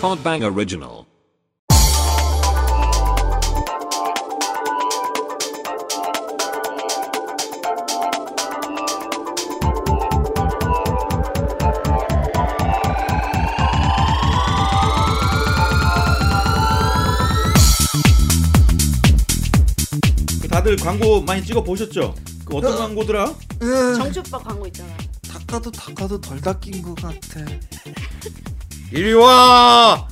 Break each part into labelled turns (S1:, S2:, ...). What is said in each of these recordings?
S1: Podbang Original.
S2: 그 다들 광고 많이 찍어 보셨죠? 그 어떤 광고더라?
S3: 정주 오빠 광고 있잖아.
S4: 닦아도 닦아도 덜 닦인 것 같아.
S5: 이리 와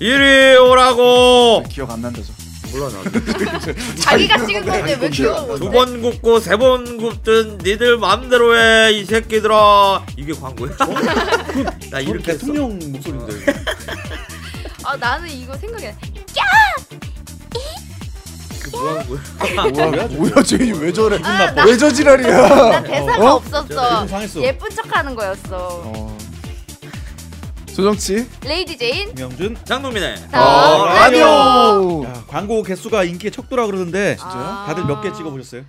S5: 이리
S2: 네,
S5: 오라고
S4: 기억 안 난다죠.
S5: 몰라 나
S3: 자기가 찍은 건데 왜 귀여워?
S5: 두 번 굽고 세 번 굽든 니들 맘대로 해 이 새끼들아 이게 광고야? 나
S2: 저는
S5: 이렇게 했어
S2: 대통령 목소리인데.
S3: 아 나는 이거 생각이 나.
S5: 그뭐한 거야?
S4: 뭐야, 뭐야, 쟤는 왜 저래?
S3: 아, 나,
S4: 왜 저
S3: 나
S4: 지랄이야?
S3: 대사가
S4: 어?
S3: 없었어.
S2: 기분 상했어.
S3: 아, 예쁜 척하는 거였어.
S4: 어. 조정치
S3: 레이디
S4: 어.
S3: 제인.
S2: 김영준. 아,
S5: 장동민의
S3: 어, 라디오.
S2: 야, 광고 개수가 인기의 척도라 그러는데
S3: 아.
S2: 다들 몇 개 찍어 보셨어요?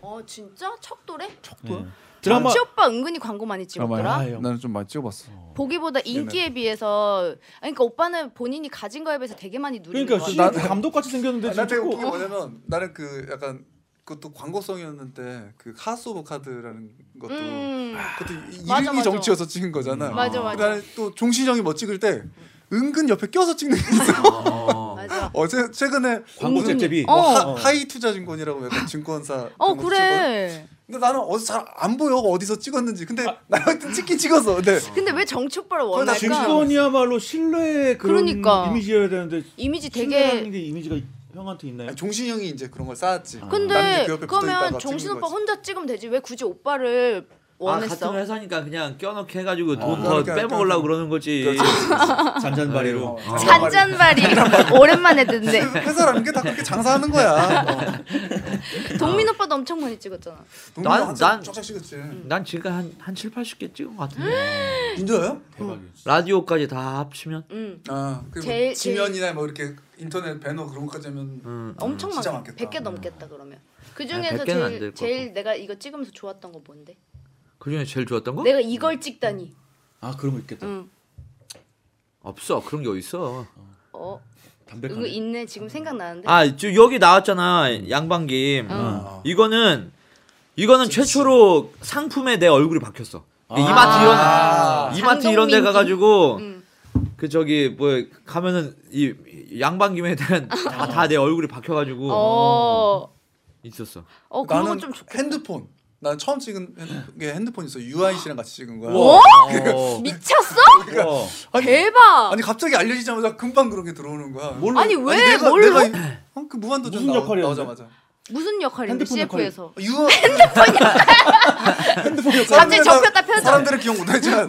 S3: 어 진짜 척도래?
S2: 네.
S3: 드라마.
S2: 드라마
S3: 정치 오빠 은근히 광고 많이 찍었더라.
S4: 아, 나는 좀 많이 찍어봤어.
S3: 보기보다 인기에 비해서 아니, 그러니까 오빠는 본인이 가진 거에 비해서 되게 많이 누리는
S2: 그러니까
S3: 거야.
S2: 지금
S4: 나-
S2: 감독 같이 생겼는데
S4: 아, 나 어,
S2: 지금
S4: 되게 웃긴 게
S2: 찍고
S4: 뭐냐면 나는 그 약간 그것도 광고성이었는데 그 카스 오브 카드라는 것도
S3: 음.
S4: 그것도 이름이
S3: 맞아, 맞아.
S4: 정치여서 찍은 거잖아.
S3: 맞아, 맞아.
S4: 나는 또 종신형이 뭐 찍을 때 은근 옆에 껴서 찍는 게 있어.
S3: 맞아.
S4: 어제 최근에
S2: 광고
S4: 무슨
S2: 잽잽이.
S3: 어.
S4: 뭐 하, 하이 투자증권이라고 약간 증권사.
S3: 어
S4: 그런 것도 찍었거든.
S3: 그래.
S4: 근데 나는 어디서 잘 안 보여 어디서 찍었는지. 근데 나 하여튼 찍긴 찍었어. 근데
S3: 근데 왜 정치 오빠를
S4: 그건 나
S3: 원할까?
S2: 증권이야말로 신뢰의 그런
S3: 그러니까.
S2: 이미지여야 되는데
S3: 이미지
S2: 신뢰라는
S3: 되게
S2: 게 이미지가 형한테 있나요?
S4: 아니, 종신형이 이제 그런 걸 쌓았지. 나는
S3: 근데
S4: 이제 그 옆에 붙어있다가
S3: 그러면
S4: 찍은
S3: 정신 오빠
S4: 거지.
S3: 혼자 찍으면 되지 왜 굳이 오빠를
S5: 아 같은
S3: 원했어?
S5: 회사니까 그냥 껴넣게 해가지고
S4: 아,
S5: 돈 더
S4: 그러니까
S5: 빼먹으려고
S4: 약간-
S5: 그러는 거지
S2: 잔잔바리로.
S5: 어.
S3: 잔잔바리 오랜만에 듣는데
S5: 네. 아.
S4: 회사라는 게 다 그렇게 장사하는 거야. 어.
S3: 동민 오빠도 엄청 많이 찍었잖아.
S5: 난-
S4: 동료가 항상
S5: 난-
S4: 쫙쫙 찍었지.
S5: 난 지금 한, 한 7, 80개 찍은 것 같은데
S4: 인조요?
S5: 라디오까지 다 합치면
S3: 응.
S4: 아, 그리고
S3: 제일-
S4: 지면이나 뭐 이렇게 인터넷 배너 그런 것까지 하면
S5: 음.
S3: 엄청
S4: 진짜
S3: 많아.
S4: 많겠다.
S3: 100개 넘겠다 그러면. 그 중에서
S5: 100개는 안될
S3: 제일
S5: 것
S3: 제일 내가 이거 찍으면서 좋았던 거 뭔데?
S5: 그중에 제일 좋았던 거?
S3: 내가 이걸 찍다니.
S2: 아 그런 거
S5: 음.
S2: 있겠다.
S3: 응.
S5: 없어 그런 게 어딨어
S3: 어. 이거
S2: 담백한.
S3: 있네. 지금 생각나는데.
S5: 아 저, 여기 나왔잖아 양반김
S4: 음. 어.
S5: 이거는 이거는 최초로 상품에 내 얼굴이 박혔어
S4: 아.
S5: 이마트 이런 이마트
S3: 장동민 음.
S5: 이런 데
S3: 김?
S5: 가가지고
S3: 응.
S5: 그 저기 뭐 가면은 이 양반김에 대한 다 내 얼굴이 박혀가지고
S3: 어.
S5: 있었어
S3: 어 그런
S4: 나는
S3: 건좀 좋겠다.
S4: 핸드폰. 난 처음 찍은 핸드- 게 핸드폰 있어. 유아인 씨랑 같이 찍은 거야.
S5: 어?
S3: 미쳤어?
S5: 어.
S3: 대박.
S4: 그러니까 아니 갑자기 알려지자마자 금방 그런 게 들어오는 거야.
S2: 뭘로?
S3: 아니 왜
S4: 내가,
S3: 뭘로?
S4: 내가 이- 어, 그 무한도전
S2: 무슨
S4: 나오,
S2: 역할이었는데?
S4: 나오자마자 아,
S3: 무슨 역할인데
S2: 핸드폰
S3: CF에서?
S4: 유아 그러니까
S2: 핸드폰
S3: 갑자기 접혔다 펴져.
S4: 사람들은 기억 못하지만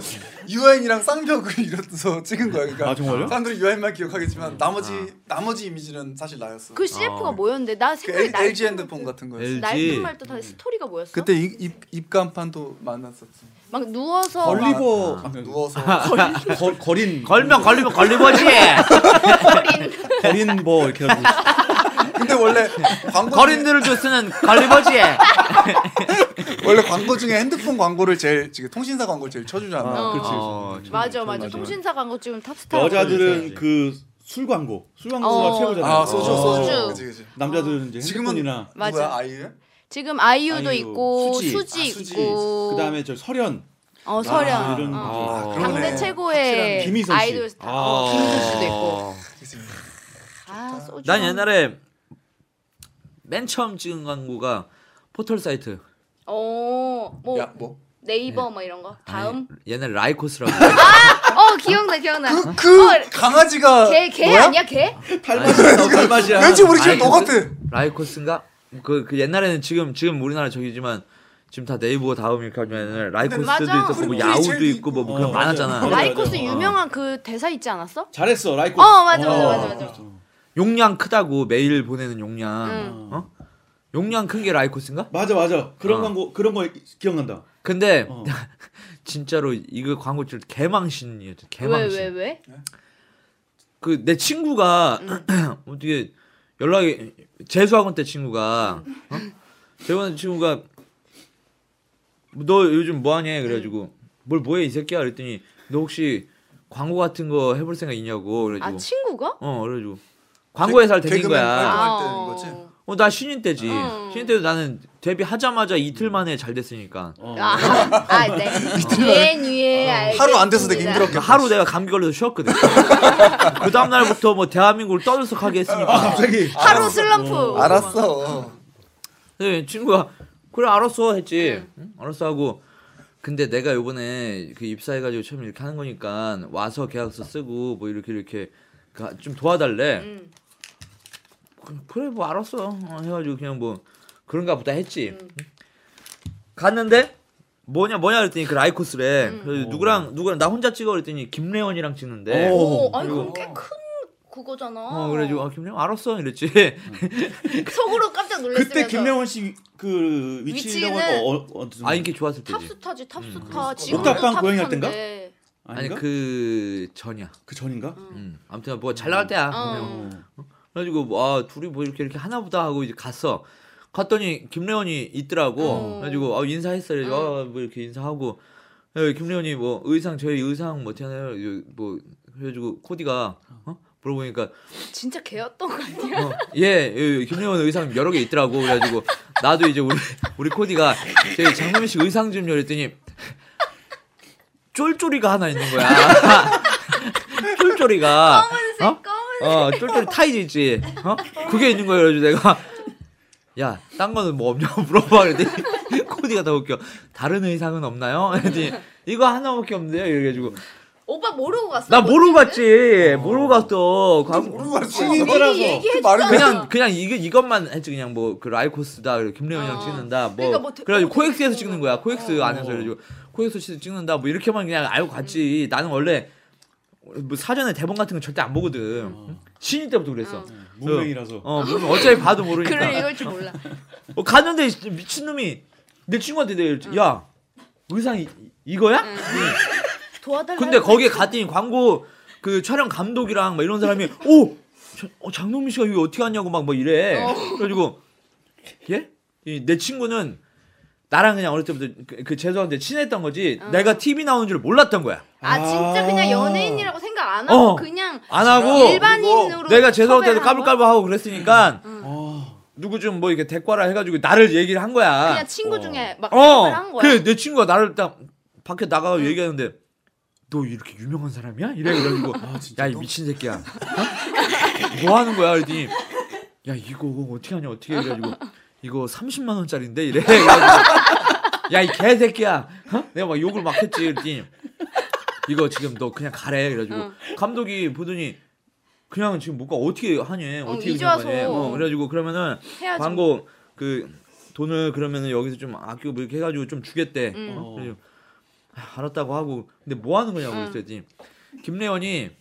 S4: 유아인이랑 쌍벽을 이뤄서 찍은 거야. 그러니까
S2: 아, 정말요?
S4: 사람들이 유아인만 기억하겠지만
S5: 음.
S4: 나머지
S5: 아.
S4: 나머지 이미지는 사실 나였어. 그,
S3: 그 CF가 뭐였는데? 나 생각이
S4: L,
S3: 날
S4: LG 핸드폰 같은 거였어.
S5: LG.
S3: 날뿐 말도
S2: 음.
S3: 다 스토리가 뭐였어?
S4: 그때 이- 입 입간판도 만났었지. 아,
S3: 막 누워서 막
S2: 걸리버
S4: 막 누워서
S2: 거, 거린
S5: 걸면 걸리면 걸리버지
S2: 거린 뭐 이렇게 하고
S4: 근데 원래 광고 중에,
S5: 거린들을 또 쓰는 걸리버지
S4: 원래 광고 중에 핸드폰 광고를 제일 지금 통신사 광고를 제일 쳐주잖아.
S2: 아, 그렇지.
S5: 어, 참.
S3: 맞아 맞아
S2: 맞아.
S3: 통신사 광고 지금 탑스타
S2: 여자들은 그 술 광고 술 광고가
S3: 어.
S2: 최고잖아요.
S4: 아 소주
S2: 어.
S4: 소주.
S3: 소주.
S4: 그치 그치.
S2: 남자들은 이제
S4: 지금은
S2: 핸드폰이나
S3: 맞아.
S4: 누구야 아이유?
S3: 지금 아이유도
S2: 아이유,
S3: 있고 수지,
S2: 수지.
S4: 아, 수지.
S3: 있고
S2: 그다음에 저 설현
S3: 어 설현
S2: 아, 이런
S3: 어.
S2: 거.
S5: 어.
S4: 그러네.
S3: 당대 최고의
S4: 확실한
S2: 김희선 씨.
S3: 아이돌 스타 어, 김희선 씨도 있고
S4: 그치.
S3: 아 소주
S5: 난 옛날에 맨 처음 찍은 광고가 포털 사이트
S3: 어뭐
S4: 야 뭐?
S3: 네이버 뭐 이런 거 다음
S5: 옛날 예, 라이코스라고
S3: 어 기억나 기억나
S4: 그, 그
S3: 어,
S4: 강아지가
S3: 걔, 걔
S4: 뭐야?
S3: 아니야
S2: 어,
S3: 걔?
S2: 달맞이야.
S4: 왠지 우리 지금
S5: 아니,
S4: 너 같아.
S5: 라이코스인가? 그, 그 옛날에는 지금 지금 우리나라 저기지만 지금 다 네이버 다음 이렇게 하면 라이코스도
S3: 맞아.
S5: 있었고 뭐
S4: 우리
S5: 야우도
S4: 제일도
S5: 있고 뭐,
S4: 있고.
S5: 그런
S2: 어,
S5: 거
S2: 맞아.
S5: 많았잖아.
S2: 맞아.
S3: 라이코스
S2: 맞아.
S3: 유명한 그 대사 있지 않았어?
S2: 잘했어 라이코.
S3: 어, 맞아, 맞아, 맞아, 맞아.
S5: 용량 크다고 메일 보내는 용량.
S3: 응.
S5: 어? 용량 큰 게 라이코스인가?
S2: 맞아 맞아 그런
S5: 어.
S2: 광고 그런 거 기억난다.
S5: 근데
S2: 어.
S5: 진짜로 이거 광고 찍을 때 개망신이었죠.
S3: 왜
S5: 개망신.
S3: 왜 왜?
S5: 그 내 친구가 어떻게 연락이 재수학원 때 친구가 어? 재수학원 때 친구가 너 요즘 뭐하냐 그래가지고 뭘 뭐해 이 새끼야 그랬더니 너 혹시 광고 같은 거 해볼 생각 있냐고 그래가지고
S3: 아 친구가?
S5: 어 그래가지고 광고 회사를
S4: 개-
S5: 데뷔인
S4: 개그맨
S5: 거야.
S4: 말고.
S3: 아,
S4: 때인
S3: 어.
S4: 거지?
S5: 어 나 신인 때지.
S3: 음.
S5: 신인 때도 나는 데뷔하자마자 이틀 만에 잘 됐으니까.
S2: 어.
S3: 아, 아, 네. 예,
S5: 어.
S3: 예, 알겠습니다.
S4: 하루 안 돼서 되게 힘들었겠다.
S5: 그러니까 하루 내가 감기 걸려서 쉬었거든. 그 다음 날부터 뭐 대한민국을 떠들썩하게 했으니까.
S2: 갑자기
S3: 아,
S2: 아,
S3: 하루 슬럼프.
S4: 음, 알았어.
S5: 네, 친구가 그래 알았어 했지.
S3: 네.
S5: 응? 알았어 하고 근데 내가 요번에 그 입사해가지고 처음 이렇게 하는 거니까 와서 계약서 쓰고 뭐 이렇게 이렇게 가- 좀 도와달래.
S3: 음.
S5: 그- 그래 뭐 알았어 어, 해가지고 그냥 뭐 그런가 보다 했지.
S3: 음.
S5: 갔는데 뭐냐 뭐냐 그랬더니 그 라이코스래.
S3: 음.
S5: 그래서 누구랑 누구랑 나 혼자 찍어 그랬더니 김래원이랑 찍는데.
S3: 오,
S2: 오,
S3: 아니 그럼
S5: 그리고-
S3: 꽤 큰 그거잖아.
S5: 어 그래가지고 아, 김래원 알았어 이랬지.
S3: 음. 속으로 깜짝 놀랐으면서.
S2: 그때 김명원 씨 그 위치라고
S3: 위치는-
S2: 하니까 어, 어, 어디서
S5: 아 인기 좋았을 때지.
S3: 탑스타지 탑스타.
S4: 음.
S3: 지금도
S2: 옥탑방 고양이 할
S3: 탑스타인데.
S5: 아니
S2: 아닌가?
S5: 그 전이야.
S2: 그 전인가?
S5: 음. 아무튼 뭐 잘 나갈 때야.
S3: 어.
S5: 김래원.
S2: 어.
S5: 그래가지고 뭐, 아 둘이 뭐 이렇게 이렇게 하나보다 하고 이제 갔어. 갔더니 김래원이 있더라고.
S3: 어.
S5: 그래가지고 아 인사했어요. 아, 뭐 이렇게 인사하고 예, 김래원이 뭐 의상 저희 의상 뭐 하나요? 뭐 그래가지고 코디가 어? 물어보니까
S3: 진짜 개였던 거 아니야?
S5: 어, 예, 예, 김래원 의상 여러 개 있더라고. 그래가지고 나도 이제 우리 우리 코디가 저희 장범민 씨 의상 좀요 그랬더니 쫄쫄이가 하나 있는 거야. 쫄쫄이가
S3: 검은색
S5: 어?
S3: 검은.
S5: 어 쫄쫄이 타이즈 있지 어 그게 있는 거예요 그래서 내가 야 딴 거는 뭐 없냐고 물어봐 그랬더니 코디가 더 웃겨 다른 의상은 없나요 그랬더니 이거 하나밖에 없는데요 이래가지고
S3: 오빠 모르고 갔어.
S5: 나 모르고 갔지 모르고 갔어 광-
S4: 모르는
S3: 미리
S4: 말이지.
S2: 신인이라서
S3: 얘기해줘.
S4: 그 말은
S5: 그냥 그냥 이게 이것만 했지 그냥 뭐 그 라이코스다 그리고 김래원이랑
S3: 어.
S5: 찍는다 뭐
S3: 그러니까 뭐 대-
S5: 그래가지고
S3: 어,
S5: 코엑스에서
S3: 대충
S5: 찍는 거야 코엑스
S3: 어.
S5: 안에서 그래가지고 코엑스에서 찍는다 뭐 이렇게만 그냥 알고 갔지 나는 원래 뭐 사전에 대본 같은 거 절대 안 보거든 신인 때부터 그랬어
S3: 어.
S2: 무명이라서
S3: 음.
S5: 어, 물론 어차피 봐도 모르니까.
S3: 글을 읽을 줄 몰라.
S5: 어, 갔는데 진짜 미친놈이 내 친구한테 내 야, 의상이 이- 이거야?
S3: 도와달라.
S5: 근데 거기에 갔더니 광고 그 촬영 감독이랑 막 이런 사람이 오! 자- 어, 장동민 씨가 이거 어떻게 하냐고 막 뭐 이래.
S3: 어.
S5: 그래가지고 예? 이, 내 친구는 나랑 그냥 어릴 때부터 그, 그 죄송한데 친했던 거지
S3: 어.
S5: 내가 TV 나오는 줄 몰랐던 거야.
S3: 아 진짜 그냥
S2: 아.
S3: 연예인이라고 생각 안 하고
S5: 어.
S3: 그냥
S5: 안 하고
S3: 일반인으로
S5: 내가 죄송한데도
S3: 섭외를 한 거야?
S5: 까불까불하고 그랬으니까
S2: 아,
S5: 누구 좀 뭐 이렇게 대꾸하라 해가지고 나를 얘기를 한 거야.
S3: 그냥 친구 중에 막 섭외를 한
S5: 어.
S3: 거야.
S5: 그래 내 친구가 나를 딱 밖에 나가서 얘기하는데 너 이렇게 유명한 사람이야? 이래 그래가지고 야 이 미친 새끼야. 어? 뭐 하는 거야? 그랬더니 야 이거 어떻게 하냐 어떻게 해? 그래가지고 이거 30만 원짜리인데 이래. 야 이 개새끼야. 어? 내가 막 욕을 막 했지. 그랬더니 이거 지금 너 그냥 가래. 그래가지고
S3: 응.
S5: 감독이 보더니 그냥 지금 뭐가 어떻게 하냐
S3: 어,
S5: 어떻게
S3: 이제
S5: 그냥
S3: 와서.
S5: 하냐. 어, 그래가지고 그러면은
S3: 해야지.
S5: 광고 그 돈을 그러면은 여기서 좀 아끼고 뭐 이렇게 해가지고 좀 주겠대.
S3: 음.
S5: 어? 그래서 아, 알았다고 하고 근데 뭐 하는 거냐고
S3: 응.
S5: 그랬더니 김래원이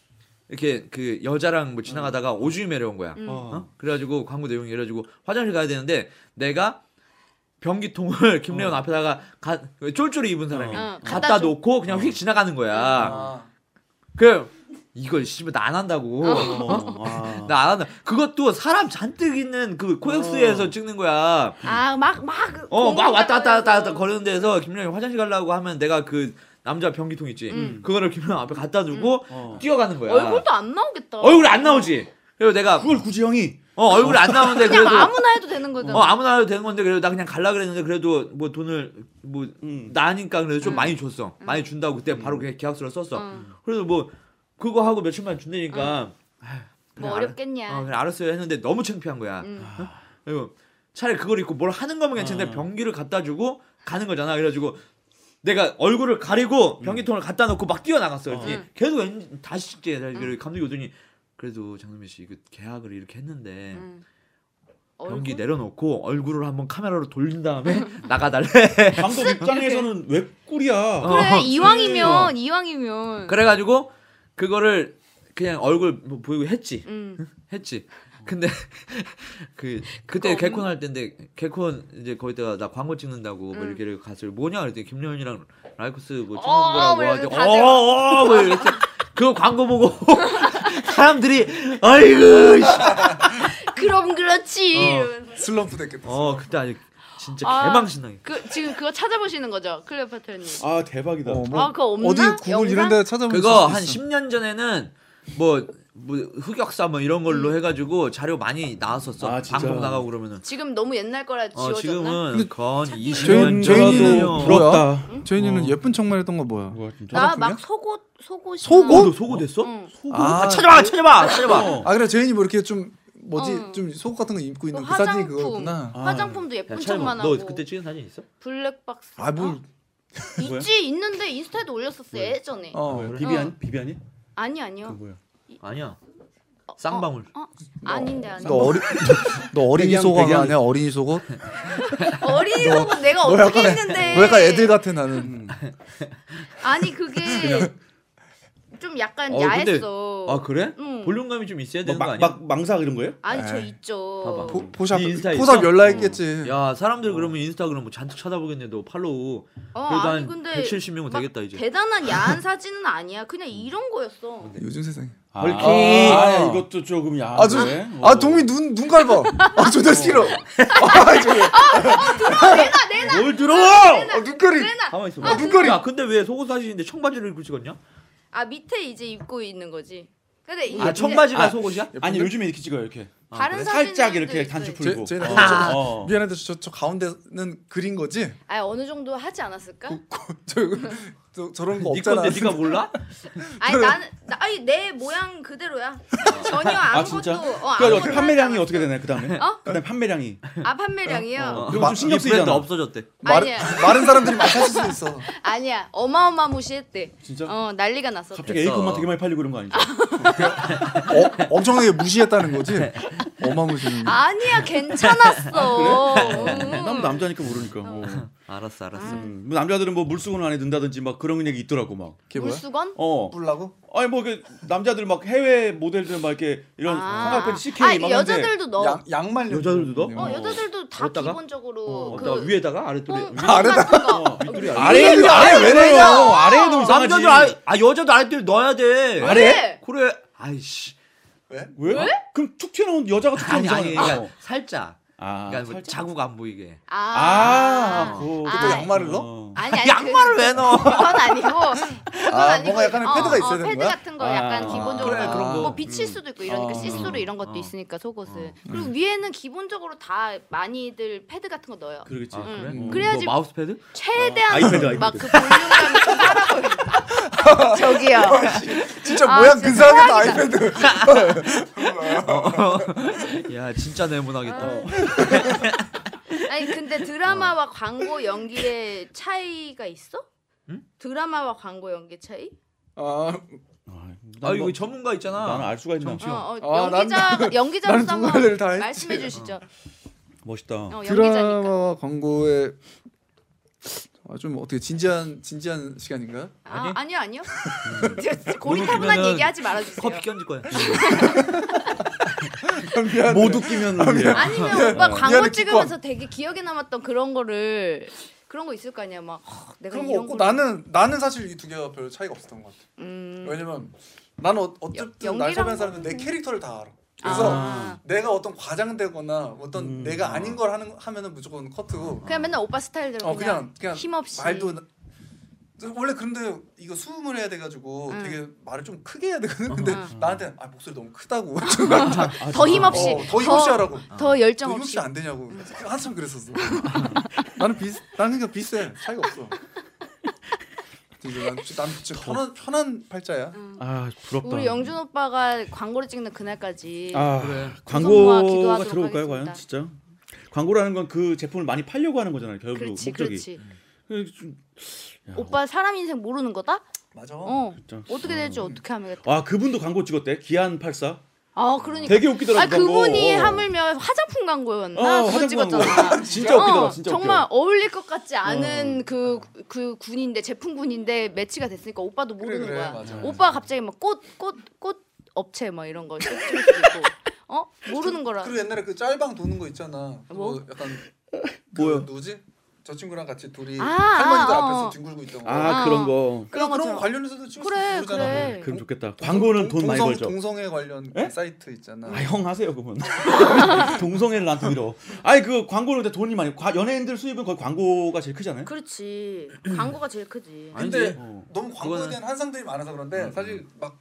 S5: 이렇게 그 여자랑 뭐 지나가다가 오줌이 내려온 거야.
S3: 음.
S5: 어? 그래가지고 광고 내용이 이래가지고 화장실 가야 되는데 내가 변기통을 김래원 앞에다가 가, 쫄쫄이 입은 사람이
S2: 어.
S3: 응,
S5: 갖다
S3: 갖다 줘.
S5: 놓고 그냥 휙 지나가는 거야.
S4: 아.
S5: 그 이걸 씨발 나 안 한다고.
S2: 어, 아.
S5: 나 안 한다. 그것도 사람 잔뜩 있는 그 코엑스에서 찍는 거야.
S3: 아막막
S5: 어 막 왔다 왔다 왔다
S3: 음.
S5: 왔다 거리는 데서 김영이 화장실 가려고 하면 내가 그 남자 변기통 있지
S3: 음.
S5: 그거를 김영 앞에 갖다 두고
S2: 어.
S5: 뛰어가는 거야
S3: 얼굴도 안 나오겠다.
S5: 얼굴이 안 나오지 그리고 내가
S2: 그걸 굳이 형이
S5: 어 얼굴이 안 나오는데
S3: 그냥
S5: 그래도
S3: 아무나 해도 되는 거잖아.
S5: 어 아무나 해도 되는 건데 그래도 나 그냥 갈라 그랬는데 그래도 뭐 돈을 뭐
S2: 음.
S5: 나니까 그래도
S3: 음.
S5: 좀 많이 줬어 많이 준다고 그때 바로 그냥 계약서를 썼어
S3: 음.
S5: 그래서 뭐 그거 하고 몇천만 원 준다니까 아휴, 그래,
S3: 뭐
S5: 알아-
S3: 어렵겠냐.
S5: 어 그래 알았어요 했는데 너무 창피한 거야 어?
S3: 음.
S5: 그리고 차라리 그걸 입고 뭘 하는 거면 괜찮은데
S2: 어.
S5: 변기를 갖다 주고 가는 거잖아. 그래가지고 내가 얼굴을 가리고 변기통을 갖다 놓고 막 뛰어나갔어. 요
S3: 음.
S5: 계속 엔- 다시 찍지. 감독이 오더니 그래도 장동민 씨 이거 계약을 이렇게 했는데
S3: 음.
S5: 변기
S3: 얼굴?
S5: 내려놓고 얼굴을 한번 카메라로 돌린 다음에 나가달래.
S2: 감독 입장에서는 왜 꿀이야?
S3: 그래
S5: 어.
S3: 이왕이면 이왕이면.
S5: 그래가지고 그거를 그냥 얼굴 뭐 보이고 했지.
S3: 음.
S5: 했지. 근데 그 그때
S3: 그거
S5: 개콘 할 때인데 개콘 이제 거기다가 나 광고 찍는다고 뭐
S3: 응.
S5: 이렇게 이렇게 갔을 때 뭐냐 그랬더니 김여현이랑 라이코스 뭐 찍는
S3: 음. 어,
S5: 거라고
S3: 뭐 이렇게
S5: 하더니
S3: 다 찍어.
S5: 어어뭐 이렇게 그 광고 보고 사람들이 아이고 씨.
S3: 그럼 그렇지.
S5: 어.
S3: 이러면서.
S4: 슬럼프 됐겠다.
S5: 어 그때 아직 진짜
S3: 아.
S5: 개망신나게.
S3: 그 지금 그거 찾아보시는 거죠, 클레오파트라님.
S2: 아 대박이다.
S4: 어,
S5: 뭐
S3: 아, 그거 없나?
S4: 어디 구글
S3: 영상?
S4: 이런 데
S3: 음.
S4: 찾아보면
S5: 그거
S4: 있을
S5: 한
S4: 수 있어.
S5: 10년 전에는 뭐, 뭐 흑역사 뭐 이런
S3: 음.
S5: 걸로 해가지고 자료 많이 나왔었어.
S2: 아, 진짜?
S5: 방송 나가고 그러면은.
S3: 지금 너무 옛날 거라
S5: 어,
S3: 지워졌나? 그
S5: 지금은
S4: 근데
S5: 건
S4: 저희는-
S5: 20년
S4: 저희는
S5: 전이에요.
S2: 저라도 부럽다.
S4: 제인이는
S5: 어.
S4: 예쁜 척만 했던 거 뭐야?
S2: 뭐야 진짜.
S3: 나
S4: 그냥?
S3: 막 속옷 속옷
S5: 어,
S4: 속옷?
S5: 너 속옷 됐어?
S3: 응.
S2: 아, 속옷? 어.
S5: 아,
S4: 아.
S5: 찾아봐, 찾아봐, 찾아봐.
S4: 아 그래 제인이 뭐 이렇게 좀 뭐지
S3: 어. 뭐
S4: 좀 속옷 같은 거 입고 있는 그 사진이
S3: 화장품
S4: 그거구나.
S2: 아.
S3: 화장품도 예쁜
S5: 야,
S3: 척만
S5: 차영아,
S3: 하고
S5: 너 그때 뭐 찍은 사진 있어?
S3: 블랙박스
S4: 아뭘 뭐,
S3: 어? 있지 있는데 인스타에도 올렸었어 예전에
S4: 어.
S2: 뭐야,
S5: 그래?
S2: 비비안
S3: 어.
S2: 비비안이?
S3: 아니
S2: 그
S3: 아니요
S2: 뭐야?
S5: 아니야. 쌍방울.
S3: 어, 아닌데 아니
S4: 너 어리 너 어린이
S2: 백양,
S4: 속옷
S2: 백양.
S4: 아니야 어린이 속옷?
S3: 어리라고 내가
S4: 너
S3: 어떻게
S4: 약간 애-
S3: 했는데
S4: 너뭐 약간 애들 같아 나는.
S3: 아니 그게 좀 약간
S5: 어, 근데-
S3: 야했어
S5: 아 그래?
S3: 응.
S5: 볼륨감이 좀 있어야 되는 거
S2: 막,
S5: 아니야?
S2: 막 망사 이런 거예요?
S3: 아니 저
S4: 에이.
S3: 있죠 어,
S5: 봐봐.
S4: 포, 포샵
S5: 네 인스타에
S4: 포샵
S5: 있어?
S4: 열라했겠지.
S5: 야 사람들 그러면 인스타그램 뭐 잔뜩 쳐다보겠네 너 팔로우
S3: 어,
S5: 그래도
S3: 아니
S5: 한
S3: 근데
S5: 170명은
S3: 막
S5: 되겠다 이제
S3: 대단한 야한 사진은 아니야 그냥 이런 거였어
S4: 요즘 세상에.
S2: 아,
S5: 헐키.
S2: 아, 이것도 조금 야한데. 어.
S4: 아주 아 동이 눈눈 갈봐. 아 존나 싫어. 아 저거.
S5: 뭘 들어와!
S4: 아, 눈가리.
S3: 그래나
S5: 가만 있어
S4: 아, 눈깔이!
S5: 야 근데 왜 속옷 사진인데 청바지를 입고 찍었냐?
S3: 아 밑에 이제 입고 있는 거지 근데 이게
S5: 아
S3: 이제
S5: 청바지가
S2: 아,
S5: 속옷이야?
S2: 아니 요즘에 이렇게 찍어요 이렇게.
S3: 다른 사진들도
S2: 아, 살짝 이렇게
S3: 있어요.
S2: 단추
S4: 제-
S2: 풀고.
S4: 제가
S2: 어.
S4: 좀-
S2: 어.
S4: 미안한데 저, 저 가운데는 그린 거지?
S3: 아 어느 정도 하지 않았을까?
S4: 저, 저 저런 거
S5: 네
S4: 없잖아.
S5: 건데 네가 몰라?
S3: 아니 나는 나, 아니 내 모양 그대로야. 전혀
S2: 아
S3: 아무것도
S2: 진짜?
S3: 어, 아무것도
S2: 그러니까
S3: 하지
S2: 판매량이
S3: 않았어.
S2: 어떻게 되나요? 그다음에?
S3: 어?
S2: 그다음 판매량이.
S3: 아 판매량이요?
S5: 어.
S2: 그럼 좀 신경
S5: 이 브랜드
S2: 쓰이잖아.
S5: 없어졌대
S4: 마른
S3: 아니야.
S4: 마른 사람들이 많이 사실 수 있어.
S3: 아니야 어마어마무시했대.
S2: 진짜?
S3: 어 난리가 났었대.
S2: 갑자기
S5: 됐어.
S2: 에이콘만 되게 많이 팔리고 그런 거 아니죠?
S4: 어, 엄청나게 무시했다는 거지? 어마무시는.
S3: 아니야 괜찮았어. 음,
S2: 난 남자니까 모르니까. 뭐.
S5: 알았어 알았어
S2: 음, 뭐 남자들은 뭐 물수건 안에 든다든지 막 그런 얘기 있더라고 막.
S4: 그게 뭐야?
S3: 물수건?
S2: 어.
S4: 뿌려고?
S2: 아니 뭐 그 남자들 막 해외 모델들 막 이렇게 이런 삼각팬 CK
S3: 아,
S2: 막 하는데
S3: 여자들도 넣어.
S4: 양 양말 네.
S5: 여자들도 넣어?
S3: 어 여자들도 다
S5: 그랬다가?
S3: 기본적으로
S5: 어,
S3: 그 어.
S5: 나 위에다가 아랫도리
S3: 뽕- 같은
S5: 위에다가
S3: 거.
S5: 밑돌이
S2: 아래에도 아래 왜 넣어요? 아래에도 이상하지.
S5: 남자들 아, 아 여자도 아랫도리 넣어야 돼
S3: 아래?
S5: 그래 아이씨
S2: 왜? 그럼 툭 튀어나온 여자가 툭
S5: 아니
S2: 튀어나온
S5: 아니
S2: 거잖아.
S5: 그러니까 살짝
S2: 아,
S5: 그러니까 뭐
S2: 살짝.
S5: 자국 안 보이게
S3: 아,
S2: 아, 그거
S3: 아,
S4: 또 양말을 넣어?
S2: 어.
S3: 아니 아니
S5: 양말을
S3: 그-
S5: 왜 넣어?
S3: 그건 아니고 그건
S4: 아,
S3: 아니고
S4: 뭔가 약간의
S3: 어,
S4: 패드가
S3: 어,
S4: 있어야 되는
S3: 패드
S4: 거야?
S3: 같은 거
S2: 아,
S3: 약간 기본적으로
S5: 그래, 그런 거.
S3: 뭐 비칠 수도 있고 이러니까
S2: 음. 아. 음.
S3: 시스루 이런
S5: 어.
S3: 것도 있으니까 속옷은 그리고 위에는 기본적으로 다 많이들 패드 같은 거 넣어요
S2: 그러겠지.
S5: 아 그래?
S3: 음.
S5: 뭐
S3: 그래야지-
S5: 마우스 패드?
S3: 최대한
S2: 아이패드, 아이패드.
S3: 막 그 볼륨감이 좀 살아보인다 저기요
S4: 진짜
S3: 아,
S4: 모양
S3: 진짜
S4: 그 사람의 아이패드.
S5: 야 진짜 네모나겠다
S3: 아. 아니 근데 드라마와 광고 연기의 차이가 있어? 드라마와 광고 연기 차이? 어,
S4: 아,
S5: 아 이거 전문가 있잖아
S2: 나는 알 수가 있나?
S5: 정치.
S3: 어, 어,
S4: 아, 난-
S3: 연기자
S4: 나는
S3: 연기자로서
S4: 두
S3: 한번
S4: 갈래를 다 했지.
S3: 말씀해 주시죠.
S2: 아. 멋있다.
S3: 어, 연기자니까.
S4: 드라마와 광고에 아, 좀 어떻게 진지한 진지한 시간인가?
S3: 아,
S5: 아니?
S3: 아니요 아니요. 고리타분한
S5: 그러면은
S3: 얘기하지 말아주세요.
S5: 커피 끼얹을 거야
S4: 미안.
S2: 모두 끼면 이제
S3: 아니면 오빠 광고
S4: 미안해,
S3: 찍으면서 되게 기억에 남았던 그런 거를 그런 거 있을 거 아니야 막 허, 내가
S4: 그런 거
S3: 이런
S4: 없고
S3: 걸-
S4: 뭐, 나는 나는 사실 이 두 개가 별 차이가 없었던 것 같아.
S3: 음,
S4: 왜냐면 나는 어, 어쨌든
S3: 연-
S4: 날
S3: 연기랑
S4: 접한 사람은 내 캐릭터를 다 알아. 그래서
S3: 아.
S4: 내가 어떤 과장되거나 어떤
S2: 음.
S4: 내가 아닌 걸 하는 하면은 무조건 커트고
S3: 그냥 맨날 오빠 스타일대로
S4: 어
S3: 그냥,
S4: 그냥 그냥
S3: 힘없이
S4: 말도 나- 원래 그런데 이거 수음을 해야 돼가지고
S3: 응.
S4: 되게 말을 좀 크게 해야 되거든. 근데
S3: 응. 어,
S4: 나한테 아 목소리 너무 크다고
S2: 아,
S3: 더 힘없이
S4: 어, 더 힘없이 하라고.
S3: 더 열정
S4: 너
S3: 없이
S4: 힘없이 안 되냐고 한참 그랬었어. 나는 비 나는 그냥 비슷해 차이가 없어. 이제 난, 난 진짜 편한 편한 팔자야.
S2: 아 부럽다.
S3: 우리 영준 오빠가 광고를 찍는 그날까지
S2: 아
S5: 그래.
S3: 구성과
S2: 광고가
S3: 뭐 기도하도록
S2: 들어올까요
S3: 하겠습니다.
S2: 과연 진짜? 광고라는 건 그 제품을 많이 팔려고 하는 거잖아요. 결국
S3: 그렇지
S2: 목적이.
S3: 그렇지
S2: 그래서 좀- 야,
S3: 오빠 사람 인생 모르는 거다?
S4: 맞아.
S3: 어
S2: 진짜.
S3: 어떻게 될지 어떻게 하면
S2: 아 그분도 광고 찍었대. 기한 84.
S3: 아 그러니까
S2: 되게 웃기더라고.
S3: 아
S2: 광고.
S3: 그분이
S2: 어.
S3: 하물며 화장품 광고였나?
S2: 어,
S3: 그거
S2: 화장품
S3: 찍었잖아.
S2: 광고. 진짜 웃기더라.
S3: 어,
S2: 진짜
S3: 정말
S2: 웃겨. 어.
S3: 어울릴 것 같지 않은 그, 그 군인데 제품 군인데 매치가 됐으니까 오빠도 모르는
S4: 그래,
S3: 거야.
S4: 맞아.
S3: 오빠가 갑자기 막 꽃 꽃 꽃 업체 막 이런 거 찍을 수도 있고 어 모르는 거라.
S4: 그리고 옛날에 그 짤방 도는 거 있잖아.
S3: 뭐?
S4: 뭐 약간 그
S2: 뭐야?
S4: 누구지? 저 친구랑 같이 둘이
S3: 아,
S4: 할머니들
S3: 아,
S4: 앞에서
S3: 어.
S4: 딩굴고 있던 거.
S2: 아
S3: 아.
S2: 그런 거.
S3: 그런
S4: 그런 그런
S3: 거죠.
S4: 거 관련해서도 찍을
S3: 그래,
S4: 수 있잖아.
S3: 그래.
S2: 그럼 좋겠다.
S4: 동성-
S2: 광고는 돈 많이
S4: 동성-
S2: 벌죠.
S4: 동성애 관련
S2: 예?
S4: 사이트 있잖아.
S2: 아 형 하세요 그분. 동성애를 나한테 밀어. 아니 그 광고는 근데 돈이 많이. 과, 연예인들 수입은 거의 광고가 제일 크잖아요.
S3: 그렇지. 광고가 제일 크지.
S5: 아니,
S4: 근데
S2: 어.
S4: 너무 광고에
S5: 그거는-
S4: 대한 환상들이 많아서 그런데
S5: 음.
S4: 사실 막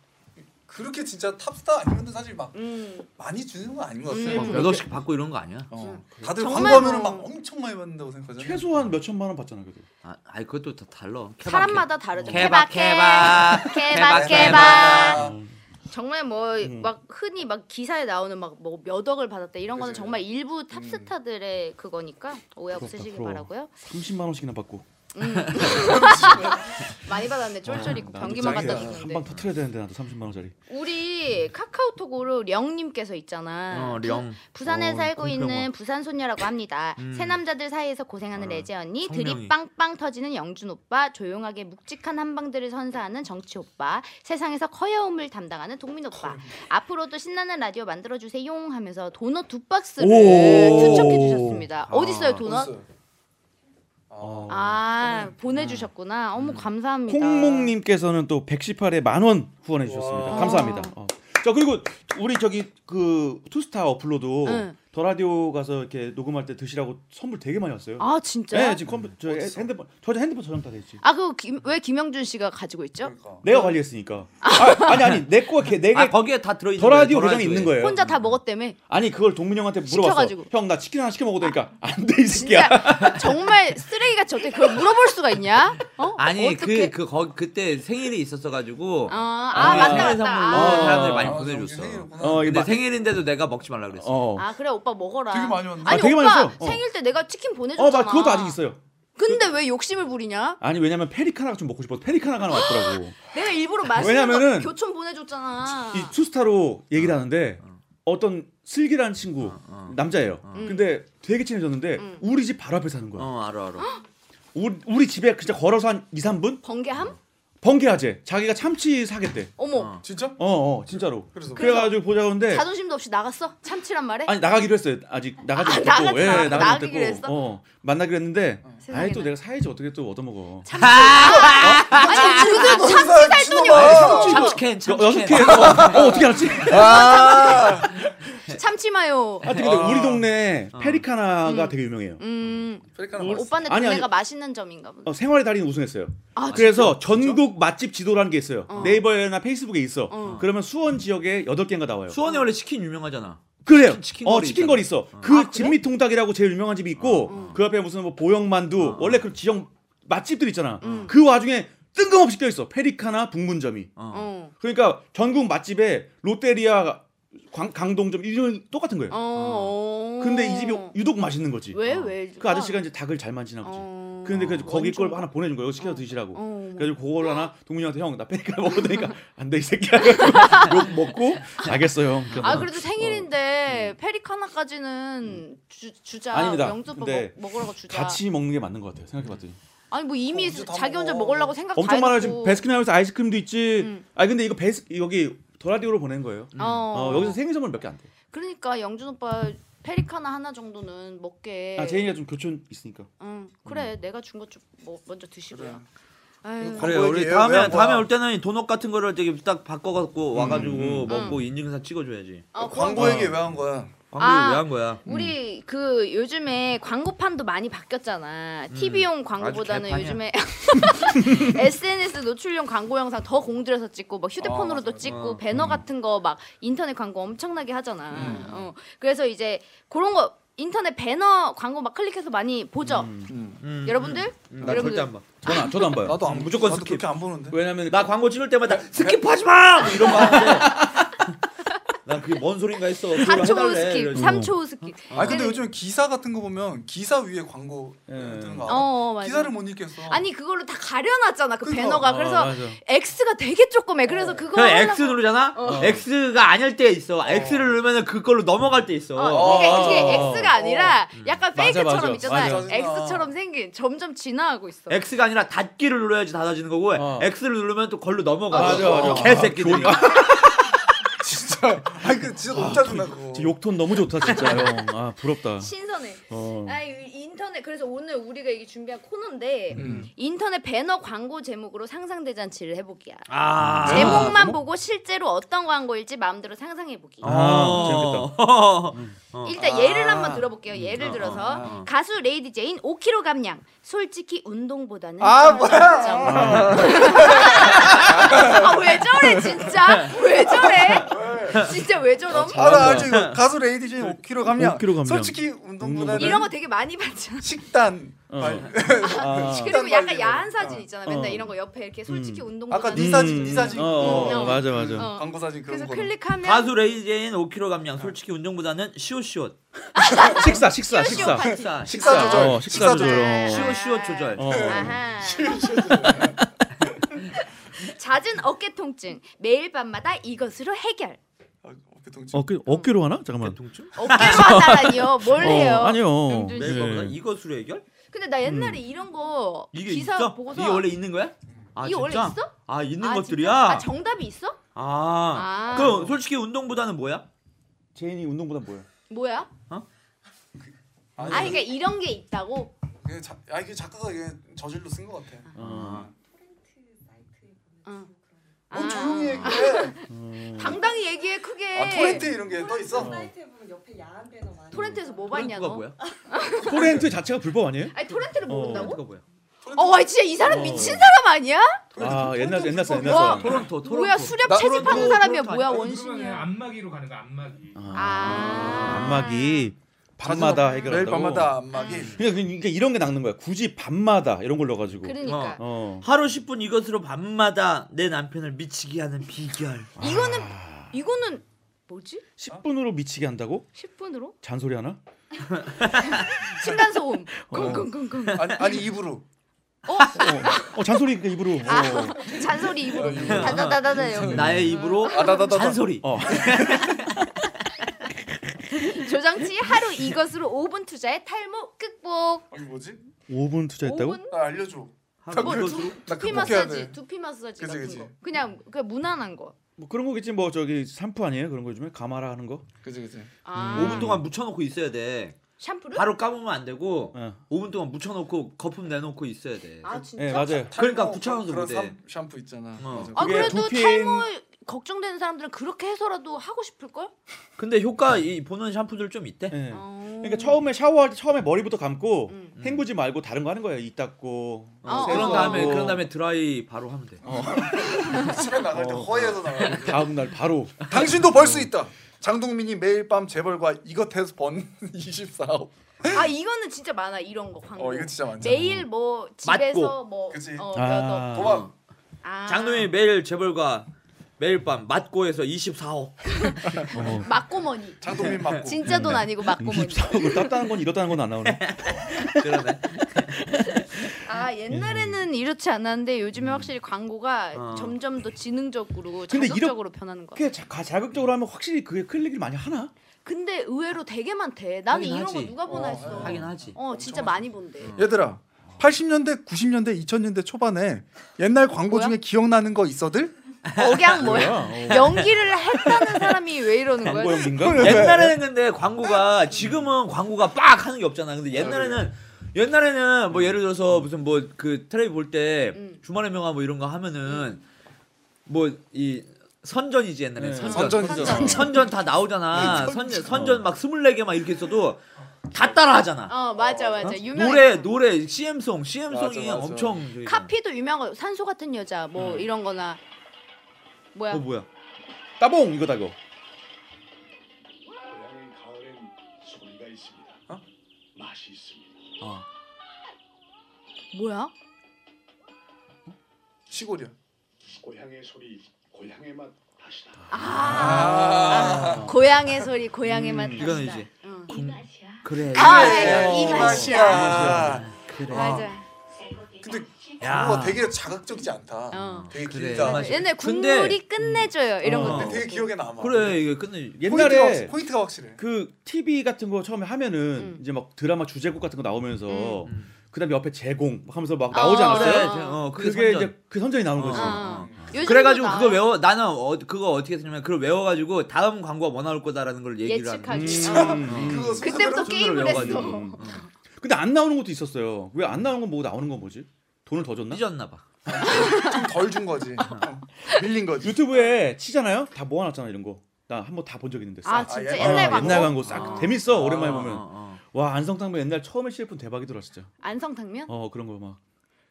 S4: 그렇게 진짜 탑스타 아니면 사실 막
S3: 음.
S4: 많이 주는 건 아닌 것
S3: 음.
S4: 같아요.
S5: 막뭐 여덟 씩 받고 이런 거 아니야?
S4: 어, 다들
S3: 정말
S4: 광고하면은 막
S3: 뭐-
S4: 엄청 많이 받는다고 생각하잖아요.
S2: 음. 최소한 몇 천만 원 받잖아 그래도.
S5: 아, 아니 그것도 다 달라. 케밥,
S3: 사람마다 다르죠.
S5: 케밥 케밥
S3: 케밥
S5: 케밥
S3: 케밥.
S4: 아,
S3: 정말 뭐
S2: 음.
S3: 막 흔히 막 기사에 나오는 막 뭐 몇 억을 받았다 이런 거는
S4: 그죠.
S3: 정말 일부 탑스타들의 그거니까 오해
S2: 부럽다,
S3: 없으시길
S2: 부러워.
S3: 바라고요.
S2: 30만 원씩이나 받고.
S3: 많이 받았네 쫄쫄 있고
S2: 아,
S3: 변기만
S4: 나도
S3: 갖다
S2: 한방
S4: 짱이다.
S3: 줬는데.
S2: 터트려야 되는데 나도 30만 원짜리.
S3: 우리 카카오톡으로 령님께서 있잖아.
S5: 어, 령.
S3: 부산에
S5: 어,
S3: 살고
S5: 꽁표
S3: 있는
S5: 뭐.
S3: 부산 소녀라고 합니다.
S5: 음.
S3: 새 남자들 사이에서 고생하는
S5: 어,
S3: 레제 언니,
S5: 성명이.
S3: 드립 빵빵 터지는 영준 오빠, 조용하게 묵직한 한방들을 선사하는 정치 오빠, 세상에서 커여움을 담당하는 동민 오빠. 앞으로도 신나는 라디오 만들어 주세요 하면서 도넛 두 박스를
S2: 오.
S3: 투척해 주셨습니다.
S5: 아,
S3: 어디 있어요 도넛?
S4: 어딨어요? 아,
S3: 아 보내주셨구나. 어머 감사합니다.
S2: 콩몽님께서는 또 118에 만원 후원해 주셨습니다.
S3: 와.
S2: 감사합니다. 어. 저 그리고 우리 저기 그 투스타 어플로도
S3: 네.
S2: 더 라디오 가서 이렇게 녹음할 때 드시라고 선물 되게 많이 왔어요.
S3: 아 진짜?
S2: 네, 지금 컴퓨터 저
S4: 어딨어?
S2: 핸드폰 저 핸드폰 저장 다 됐지.
S3: 아그왜 김영준 씨가 가지고 있죠?
S4: 그러니까.
S2: 내가 관리했으니까. 아, 아니 아니 내 거가 걔- 내게
S5: 아, 거기에 다 들어 있는
S2: 더 라디오 보장이 있는 거예요.
S3: 혼자 다 먹었다며.
S2: 아니 그걸 동민 형한테 물어봤어.
S3: 시켜가지고.
S2: 형 나 치킨 하나 시켜 먹어도 되니까 안 돼 이 새끼야.
S3: 진짜 정말 쓰레기같이 어떻게 그걸 물어볼 수가 있냐? 어?
S5: 아니
S3: 어떻게?
S5: 그그 거 그때 생일이 있었어 가지고
S3: 어, 아,
S2: 아,
S3: 맞다 맞다. 어.
S5: 생일 선물로
S2: 아.
S5: 사람들이 어. 많이
S4: 아,
S5: 보내줬어.
S4: 저기 생일이구나.
S2: 어, 이거
S5: 근데
S2: 막-
S5: 생일인데도 내가 먹지 말라 그랬어.
S2: 어.
S3: 아 그래 오빠 먹어라.
S4: 되게 많이 왔네.
S2: 아, 되게
S3: 오빠
S2: 많이 왔어. 어.
S3: 생일 때 내가 치킨 보내줬잖아.
S2: 어, 막 그것도 아직 있어요.
S3: 근데 왜 욕심을 부리냐?
S2: 아니 왜냐면 페리카나가 좀 먹고 싶어서 페리카나가 하나 왔더라고.
S3: 내가 일부러 맛있는
S2: 왜냐면은
S3: 거 교촌 보내줬잖아.
S2: 이 투스타로 얘기를
S5: 아.
S2: 하는데 어떤 슬기라는 친구 남자예요. 근데 되게 친해졌는데
S3: 음.
S2: 우리 집 바로 앞에 사는 거야.
S5: 아. 어 알아 알아.
S2: 우리, 우리 집에 진짜 걸어서 한 2, 3분
S3: 번개함?
S2: 번개하재. 자기가 참치 사겠대.
S3: 어머
S5: 어.
S4: 진짜?
S2: 어, 어 진짜로.
S4: 그래서
S2: 그래 가지고 보자고
S5: 네.
S2: 하는데
S3: 자존심도 없이 나갔어? 참치란 말에?
S2: 아니 나가기로 했어요. 아직 나가지
S3: 아,
S2: 못했고.
S3: 나가지-
S2: 예,
S3: 나-
S2: 나가지
S3: 나가기로
S2: 못했고.
S3: 했어?
S2: 어. 만나기로 했는데 아니 또
S3: 세상에나.
S2: 내가 사야지 어떻게 또 얻어 먹어.
S3: 아니 누가 참치 살 돈이
S4: 아,
S3: 어딨어?
S5: 참치캔
S2: 여섯
S5: 참치캔.
S2: 개. 어, 어, 어떻게 알았지?
S4: 아,
S3: 참치 마요.
S2: 아, 근데
S4: 아.
S2: 우리 동네 페리카나가 되게 유명해요.
S3: 음
S4: 페리카나
S2: 뭘-
S4: 맛있어.
S3: 오빠네
S2: 아니,
S3: 동네가
S2: 아니.
S3: 맛있는 점인가 보다.
S2: 어, 생활의 달인 우승했어요.
S3: 아,
S2: 그래서 전국 맛집 지도라는 게 있어요.
S3: 어.
S2: 네이버나 페이스북에 있어.
S3: 어.
S2: 그러면 수원 지역에 여덟 개가 나와요.
S5: 수원에 원래 치킨 유명하잖아.
S2: 그래요.
S5: 치킨- 치킨
S2: 어
S5: 거리
S2: 치킨
S5: 있잖아.
S2: 거리 있어. 그 진미통닭이라고 제일 유명한 집이 있고 그 앞에 무슨 뭐 보영만두 원래 그 지역 맛집들 있잖아. 그 와중에 뜬금없이 껴 있어. 페리카나 북문점이.
S5: 어.
S3: 어.
S2: 그러니까 전국 맛집에 롯데리아 광- 강동점 이런 똑같은 거예요.
S3: 어. 어.
S2: 근데 이 집이 유독 맛있는 거지.
S3: 왜 왜?
S2: 그 아저씨가 이제 닭을 잘 만지나 보지.
S3: 어.
S2: 근데 그 거기 걸
S3: 원조인가?
S2: 하나 보내준 거예요. 이거 시켜서 드시라고.
S3: 어.
S2: 그래서 그걸 하나 동민이한테 형 나 페리카 먹으니까 안 돼 이 새끼야. 그래가지고 욕 먹고 알겠어요 형. 그래서
S3: 아 그래도 생일인데 페리카나까지는 주, 주자
S2: 아닙니다.
S3: 영주 오빠
S2: 근데
S3: 먹, 먹으라고 주자
S2: 같이 먹는 게 맞는 것 같아요. 생각해봤더니
S3: 아니 뭐 이미
S4: 혼자 다
S3: 자기 혼자
S4: 먹어.
S3: 먹으려고 생각 다
S2: 엄청 많아요.
S3: 해놓고.
S2: 지금 베스킨라빈스 아이스크림도 있지.
S3: 음.
S2: 아 근데 이거 베스 여기 도라디오로 보낸 거예요.
S3: 어.
S2: 어, 여기서 생일 선물 몇 개 안 돼.
S3: 그러니까 영준 오빠 페리카나 하나 정도는 먹게
S2: 아 제인이가 음. 좀 교촌 있으니까.
S3: 응 그래 내가 준 것 좀 뭐, 먼저 드시고요 아유.
S5: 그래
S4: 광고
S5: 우리
S4: 얘기해요?
S5: 다음에
S4: 왜요?
S5: 다음에
S4: 뭐야?
S5: 올 때는 도넛 같은 거를 되게 딱 바꿔갖고 와가지고
S2: 음.
S5: 먹고 인증샷 찍어줘야지.
S3: 아, 그럼
S4: 광고 얘기 왜 한 거야?
S5: 광고
S3: 아.
S5: 왜한 거야?
S4: 음.
S3: 우리 그 요즘에 광고판도 많이
S4: 음.
S3: 바뀌었잖아. TV용 광고보다는
S5: 아주
S3: 요즘에 SNS 노출용 광고 영상 더 공들여서 찍고 막 휴대폰으로도
S4: 아, 맞아.
S3: 찍고
S5: 어,
S3: 배너 같은 거 막 인터넷 광고 엄청나게 하잖아.
S4: 음.
S3: 어. 그래서 이제 그런 거 인터넷 배너 광고 막 클릭해서 많이 보죠.
S5: 음,
S3: 여러분들?
S5: 음, 나
S3: 여러분들.
S5: 절대 안 봐.
S2: 저는 안- 저도 안 봐요.
S4: 나도 안
S5: 무조건
S4: 나도
S5: 스킵.
S4: 그렇게 안 보는데.
S2: 왜냐면
S5: 네?
S2: 네?
S5: 나 광고 찍을 때마다 스킵하지 마! 뭐 이런 거 하는데 난 그게 뭔 소린가 했어. 그걸
S3: 4초 후
S5: 해달래.
S3: 스킵,
S5: 이러지.
S3: 3초 후 스킵.
S5: 음.
S4: 아 근데 요즘 기사 같은 거 보면 기사 위에 광고
S2: 예.
S5: 음.
S4: 뜨는 거
S3: 어,
S4: 알아?
S3: 어, 맞아.
S4: 기사를 못 읽겠어.
S3: 아니 그걸로 다 가려놨잖아 그
S4: 그거.
S3: 배너가. 그래서
S2: 맞아.
S3: X가 되게 조그매. 그래서
S4: 어.
S3: 그거 어.
S5: 그냥
S3: 하려고-
S5: X 누르잖아? X가 아닐 때 있어. X를 누르면 그걸로 넘어갈 때 있어.
S3: 어, 이게,
S2: 어,
S3: 이게
S2: 어,
S3: X가 아니라 약간
S2: 맞아,
S3: 페이크처럼
S2: 맞아,
S3: 있잖아요.
S4: 맞아.
S3: X처럼 생긴 점점 진화하고 있어.
S5: X가 아니라 닫기를 눌러야지 닫아지는 거고
S2: 어.
S5: X를 누르면 또 걸로 넘어가.
S2: 맞아, 맞아.
S5: 개새끼들.
S4: 진짜. 아니 그 진짜 너무 짜증나 그거.
S2: 진짜 욕톤 너무 좋다 진짜 형. 아 부럽다.
S3: 신선해.
S2: 어.
S3: 아, 이 인터 인터넷 그래서 오늘 우리가 이게 준비한 코너인데
S4: 음.
S3: 인터넷 배너 광고 제목으로 상상 대잔치를 해보기야.
S5: 아.
S3: 제목만
S4: 제목?
S3: 보고 실제로 어떤 광고일지 마음대로 상상해보기.
S2: 아,
S5: 아, 재밌겠다.
S3: 일단
S4: 아.
S3: 예를 한번 들어볼게요. 예를
S5: 어,
S3: 들어서
S5: 어, 어.
S3: 가수 레이디 제인 5kg 감량. 솔직히 운동보다는
S4: 아,
S3: 좀 아, 왜 저래 진짜? 왜 저래? 진짜 왜 저럼?
S4: 아, 나 알지 이거 가수 레이디 중에 5kg 감량.
S2: 5kg 감량.
S4: 솔직히 운동보다는
S3: 이런 거 되게 많이 봤잖아.
S4: 식단.
S2: 어.
S4: 아니,
S2: 아.
S3: 그리고
S4: 식단
S3: 약간
S4: 관리를.
S3: 야한
S4: 어. 음.
S3: 사진 있잖아. 맨날
S2: 어.
S3: 이런 거 옆에 이렇게 솔직히
S4: 아까
S3: 운동보다는
S4: 네 사진, 네 사진.
S2: 어, 어,
S3: 음.
S2: 어, 맞아 맞아.
S3: 어.
S4: 광고 사진 그런
S3: 그래서
S4: 거.
S3: 클릭하면
S5: 가수 레이제인 5kg 감량. 솔직히 운동보다는 시옷시옷.
S2: 식사 식사 식사
S3: 시오시오판.
S5: 식사.
S4: 식사 조절.
S2: 어, 식사
S4: 식사
S2: 조절.
S3: 조절.
S2: 어.
S5: 시옷시옷 조절.
S2: 어.
S3: 아하. 잦은 어깨 통증 매일 밤마다 이것으로 해결.
S4: 아, 어깨 통증.
S2: 어깨 어깨로 하나? 잠깐만.
S5: 통증?
S3: 어깨로 하다라니요. 뭘 해요?
S2: 어, 아니요.
S3: 음,
S5: 매일
S2: 네.
S5: 먹나? 이것으로 해결?
S3: 근데 나 옛날에 이런 거
S5: 음. 이게
S3: 기사
S5: 있어?
S3: 보고서
S5: 이게 원래 있는 거야? 아,
S3: 이게 원래
S5: 진짜?
S3: 있어?
S5: 아 있는
S3: 아,
S5: 것들이야.
S3: 진짜? 아 정답이 있어?
S5: 아.
S3: 아.
S5: 그럼 솔직히 운동보다는 뭐야?
S2: 제인이 운동보다 뭐야?
S3: 뭐야? 아 그러니까 이런 게 있다고?
S4: 이게 자, 아 이게 작가가 이게 저질로 쓴 것 같아.
S2: 어.
S3: 응.
S4: 어
S3: 아.
S4: 조용히 해 그래.
S3: 당당히 얘기해 크게.
S4: 아 토렌트 이런 게 떠 있어.
S1: 사이트에 보면 옆에 야한 배너 많이.
S3: 토렌트에서 뭐 봤냐
S5: 토렌트가
S3: 너?
S5: 뭐야?
S2: 토렌트 자체가 불법 아니에요?
S3: 아니 토렌트를 모른다고?
S5: 토렌트가 뭐야?
S3: 어, 와 진짜 이 사람 미친 사람 아니야?
S4: 토렌트
S2: 아,
S4: 토렌트
S2: 옛날- 옛날 사람,
S4: 불법이야.
S2: 옛날 사람.
S5: 토론토 토론토.
S3: 뭐야 수렵
S4: 나
S3: 채집하는
S5: 토론토,
S3: 사람이야
S5: 토론토
S3: 뭐야
S5: 아니야?
S6: 그러면
S3: 원신이야.
S6: 안마기로 가는 거 안마기.
S3: 아.
S2: 안마기 밤마다 해결한다고.
S4: 매일 밤마다 안마기.
S2: 그러니까, 그러니까 이런 게 낚는 거야. 굳이 밤마다 이런 걸 넣어가지고.
S5: 뭐.
S3: 그러니까
S2: 어.
S5: 하루 10분 이것으로 밤마다 내 남편을 미치게 하는 비결.
S3: 이거는 이거는 뭐지?
S2: 10분으로 미치게 한다고?
S3: 10분으로?
S2: 잔소리 하나?
S3: 층간 소음.
S5: 어.
S3: 쿵쿵쿵쿵.
S4: 아니, 아니 입으로.
S2: 어, 어 잔소리 그 입으로. 어.
S3: 잔소리 입으로
S4: 아,
S3: 다다다다다요.
S5: 나의 입으로
S4: 아다다다다.
S5: 잔소리.
S2: 어.
S5: 어.
S3: 조정치 하루 이것으로 5분 투자에 탈모 극복.
S4: 아니 뭐지?
S2: 5분 투자했다고?
S3: 5분
S4: 나 알려줘.
S5: 하루
S4: 뭐,
S5: 이것으로
S4: 나
S3: 두피
S4: 극복해야
S3: 마사지,
S4: 돼.
S3: 두피 마사지
S4: 그치,
S3: 같은
S4: 그치.
S3: 거. 그냥 그 무난한 거.
S2: 뭐 그런 거겠지. 뭐 저기 샴푸 아니에요? 그런 거 요즘에 가마라 하는 거.
S4: 그지 그지. 음.
S3: 아.
S5: 5분 동안 묻혀놓고 있어야 돼.
S3: 샴푸를?
S5: 바로 까보면 안 되고
S2: 어.
S5: 5분 동안 묻혀놓고 거품 내놓고 있어야 돼.
S3: 아 진짜?
S2: 네 맞아요.
S5: 그러니까
S4: 탈모
S5: 구차원도
S4: 그런
S5: 못해.
S4: 삼- 샴푸 있잖아.
S5: 어.
S4: 맞아.
S3: 아
S2: 그게
S3: 그래도
S2: 두피엔-
S3: 탈모 걱정되는 사람들은 그렇게 해서라도 하고 싶을 걸? 어.
S5: 근데 효과 이 보는 샴푸들 좀 있대.
S2: 예.
S3: 아.
S2: 그러니까 처음에 샤워할 때 처음에 머리부터 감고
S3: 음.
S2: 헹구지 말고 다른 거 하는 거예요. 이 닦고.
S5: 어,
S3: 어,
S5: 그런
S3: 어.
S5: 다음에 그런 다음에 드라이 바로 하면 돼.
S4: 집에 나갈
S5: 어.
S4: 때 허위해서 나가.
S2: 다음 날 바로
S4: 당신도 벌 수 있다. 장동민이 매일 밤 재벌과 이것 해서 번 24억.
S3: 아 이거는 진짜 많아 이런 거 광고.
S4: 어 이거 진짜 많잖아.
S3: 매일 뭐 집에서 뭐
S4: 그치.
S3: 어,
S2: 아.
S3: 몇억.
S4: 도박.
S3: 아.
S5: 장동민이 매일 재벌과 매일 밤 맞고에서 24억.
S3: 막고머니.
S4: 장동민 맞고.
S3: 진짜
S2: 네.
S3: 돈 아니고 막고머니.
S2: 그걸 땄다는 건 이렇다는 건 안 나오네.
S5: 그러네.
S3: 아 옛날에는 이렇지 않았는데 요즘에 확실히 광고가
S4: 아.
S5: 어.
S3: 점점 더 지능적으로
S2: 음. 근데
S3: 자극적으로 변하는 거야.
S2: 그게 자, 가- 자극적으로 하면 확실히 그게 클릭을 많이 하나?
S3: 근데 의외로 되게 많대. 나는
S5: 하긴
S3: 이런 거
S5: 하지.
S3: 누가 보나
S4: 어,
S3: 했어.
S5: 하긴 하지.
S3: 어 진짜 많이 본대.
S4: 얘들아. 80년대, 90년대, 2000년대 초반에 옛날 광고
S3: 뭐야?
S4: 중에 기억나는 거 있어들?
S3: 억양
S2: 어,
S3: 뭐야? 연기를 했다는 사람이 왜 이러는
S2: 광고
S3: 거야?
S2: 연기인가?
S5: 옛날에는 근데 광고가 지금은 광고가 빡 하는 게 없잖아. 근데 옛날에는 옛날에는 뭐 예를 들어서 무슨 뭐 그 테레비 볼 때
S3: 음.
S5: 주말의 명화 뭐 이런 거 하면은 뭐 이 선전이지 옛날에
S2: 네.
S5: 선전.
S4: 선전이죠.
S5: 선전 선전 다 나오잖아. 선전 선전 막 24개 막 이렇게 있어도 다 따라 하잖아.
S3: 어 맞아 맞아 유명
S5: 노래 노래 CM송 CM송이
S4: 맞아, 맞아.
S5: 엄청 저기-
S3: 카피도 유명한 거. 산소 같은 여자 뭐 이런거나 뭐야?
S5: 어 뭐야?
S2: 따봉 이거다 이거.
S7: 고향의 가을엔 소리가 있습니다. 맛이 있습니다.
S3: 뭐야?
S4: 시골이야.
S7: 고향의 소리, 고향의 맛 다시다.
S3: 아. 고향의 소리 고향의 맛.
S5: 아. 음, 이거는
S3: 다시다.
S5: 이제
S3: 응.
S5: 궁- 그래.
S3: 아,
S5: 어,
S4: 예,
S3: 이
S5: 아,
S4: 네,
S3: 맛이야.
S5: 그래.
S3: 맞아.
S4: 근데
S5: 야.
S4: 광고가 아, 되게 자극적이지 않다.
S3: 어.
S4: 되게
S5: 그래.
S4: 길다.
S5: 맞아.
S3: 옛날
S5: 근데-
S3: 국물이 끝내줘요 이런
S5: 어.
S3: 것도.
S4: 근데 되게 기억에 남아.
S5: 그래 이게 끝내.
S4: 포인트가,
S2: 옛날에
S4: 확- 포인트가 확실해.
S2: 그 TV 같은 거 처음에 하면은
S3: 음.
S2: 이제 막 드라마 주제곡 같은 거 나오면서
S5: 음. 음.
S2: 그다음에 옆에 제공 막 하면서 막 나오지
S3: 아,
S2: 않았어요?
S5: 그래,
S3: 어.
S5: 이제, 어, 그게,
S2: 네. 그게
S5: 선전.
S2: 이제 그 선전이 나온 거지.
S5: 어.
S3: 아. 요즘도
S5: 그래가지고 그거
S3: 나와요.
S5: 외워 나는 어, 그거 어떻게 했냐면 그걸 외워가지고 다음 광고가 뭐 나올 거다라는 걸 얘기를 하는
S3: 예측하기.
S5: 거지.
S3: 어.
S2: 음.
S4: 그거 순서대로
S3: 그때부터
S5: 순서를
S3: 게임을 했어.
S5: 외워가지고. 응, 응.
S2: 근데 안 나오는 것도 있었어요. 왜 안 나오는 건 뭐고 나오는 건 뭐지? 돈을 더 줬나?
S5: 음, 삐졌나 봐.
S4: 좀 덜 준 거지. 어, 밀린 거지.
S2: 유튜브에 치잖아요. 다 모아놨잖아 이런 거. 나 한 번 다 본 적 있는데. 싹.
S3: 아 진짜
S4: 예.
S3: 옛날
S2: 아,
S3: 광고.
S2: 옛날 광고 싹
S5: 아.
S2: 재밌어 오랜만에 보면.
S5: 어, 어,
S2: 와 안성탕면 옛날 처음에 CF 대박이더라 진짜.
S3: 안성탕면?
S2: 어 그런 거 막.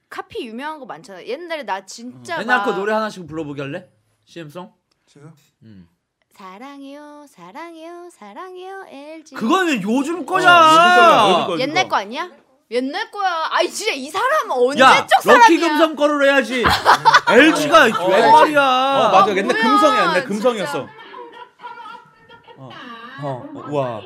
S3: 카피 유명한 거 많잖아. 옛날에 나
S5: 어.
S3: 진짜
S5: 옛날 거
S3: 막
S5: 노래 하나씩 불러보게 할래? CM송?
S4: 진짜?
S5: 음.
S3: 사랑해요, 사랑해요, 사랑해요 LG.
S5: 그거는 요즘
S2: 거야, 요즘
S5: 거잖아.
S2: 거야.
S3: 옛날 거 아니야? 옛날 거야. 아이 진짜 이 사람
S5: 야,
S3: 언제적 사람이야?
S5: 럭키 금성 거를 해야지. LG가 웬 말이야?
S2: 어 맞아 옛날
S3: 뭐야,
S2: 금성이야 옛날
S3: 진짜.
S2: 금성이었어.
S5: 어, 어, 와.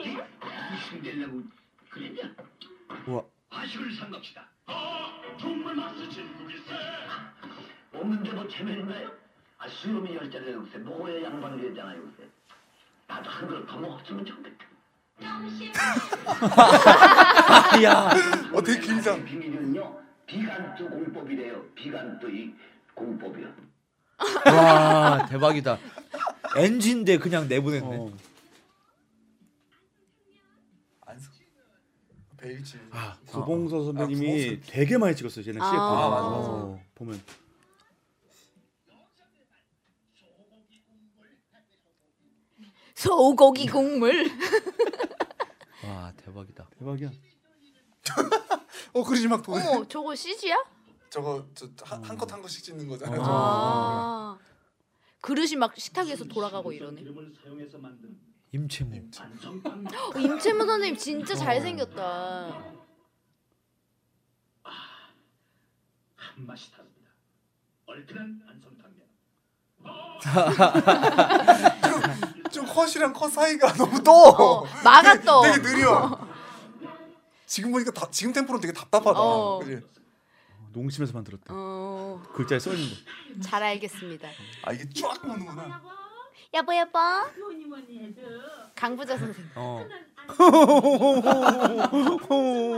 S5: 와.
S7: 아식을 삼갑시다. 아, 정말 맛있지. 글쎄. 없는데 뭐 재밌나요? 아, 수염이 열 자리가 글쎄. 뭐에 양반이 되잖아요, 글쎄. 나도 한 그릇 더 먹었으면 좋겠다.
S5: 야.
S4: 어 되게 긴장.
S7: 비밀은요. 비간투 공법이래요. 비간투 이 공법이요.
S5: 와, 대박이다. 엔진데 그냥 내보냈네.
S2: 어.
S4: 안성. 베이지.
S2: 아 구봉서
S4: 아,
S2: 선배님이
S4: 구봉서.
S2: 되게 많이 찍었어요 얘는 CF.
S3: 아,
S4: 맞아, 맞아.
S2: 어, 보면.
S3: 소고기 국물.
S5: 와, 대박이다.
S2: 대박이야.
S4: 어 그러지 막 보내.
S3: 어머 저거 CG야?
S4: 저거 저한컷한 컷씩 찍는 거잖아요.
S3: 아. 그릇이 막 식탁에서 돌아가고 이러네.
S7: 이름을 사용해서 만든
S5: 임채무.
S7: 반성빵.
S3: 어, 임채무 선생님 진짜 잘생겼다.
S7: 한 맛이 다릅니다. 얼큰한 안성탕면.
S4: 좀 컷이랑 컷 사이가 너무 떠. 어.
S3: 어, 마가 떠.
S4: 되게 느려. 지금 보니까 다, 지금 템포는 되게 답답하다.
S3: 어.
S4: 그지?
S2: 농심에서 만들었대.
S3: 어,
S2: 글자에 써 있는 거.
S3: 잘 알겠습니다.
S4: 아 이게 쫙 오는구나.
S3: 여보 여보. 강부자 선생님.
S5: 어.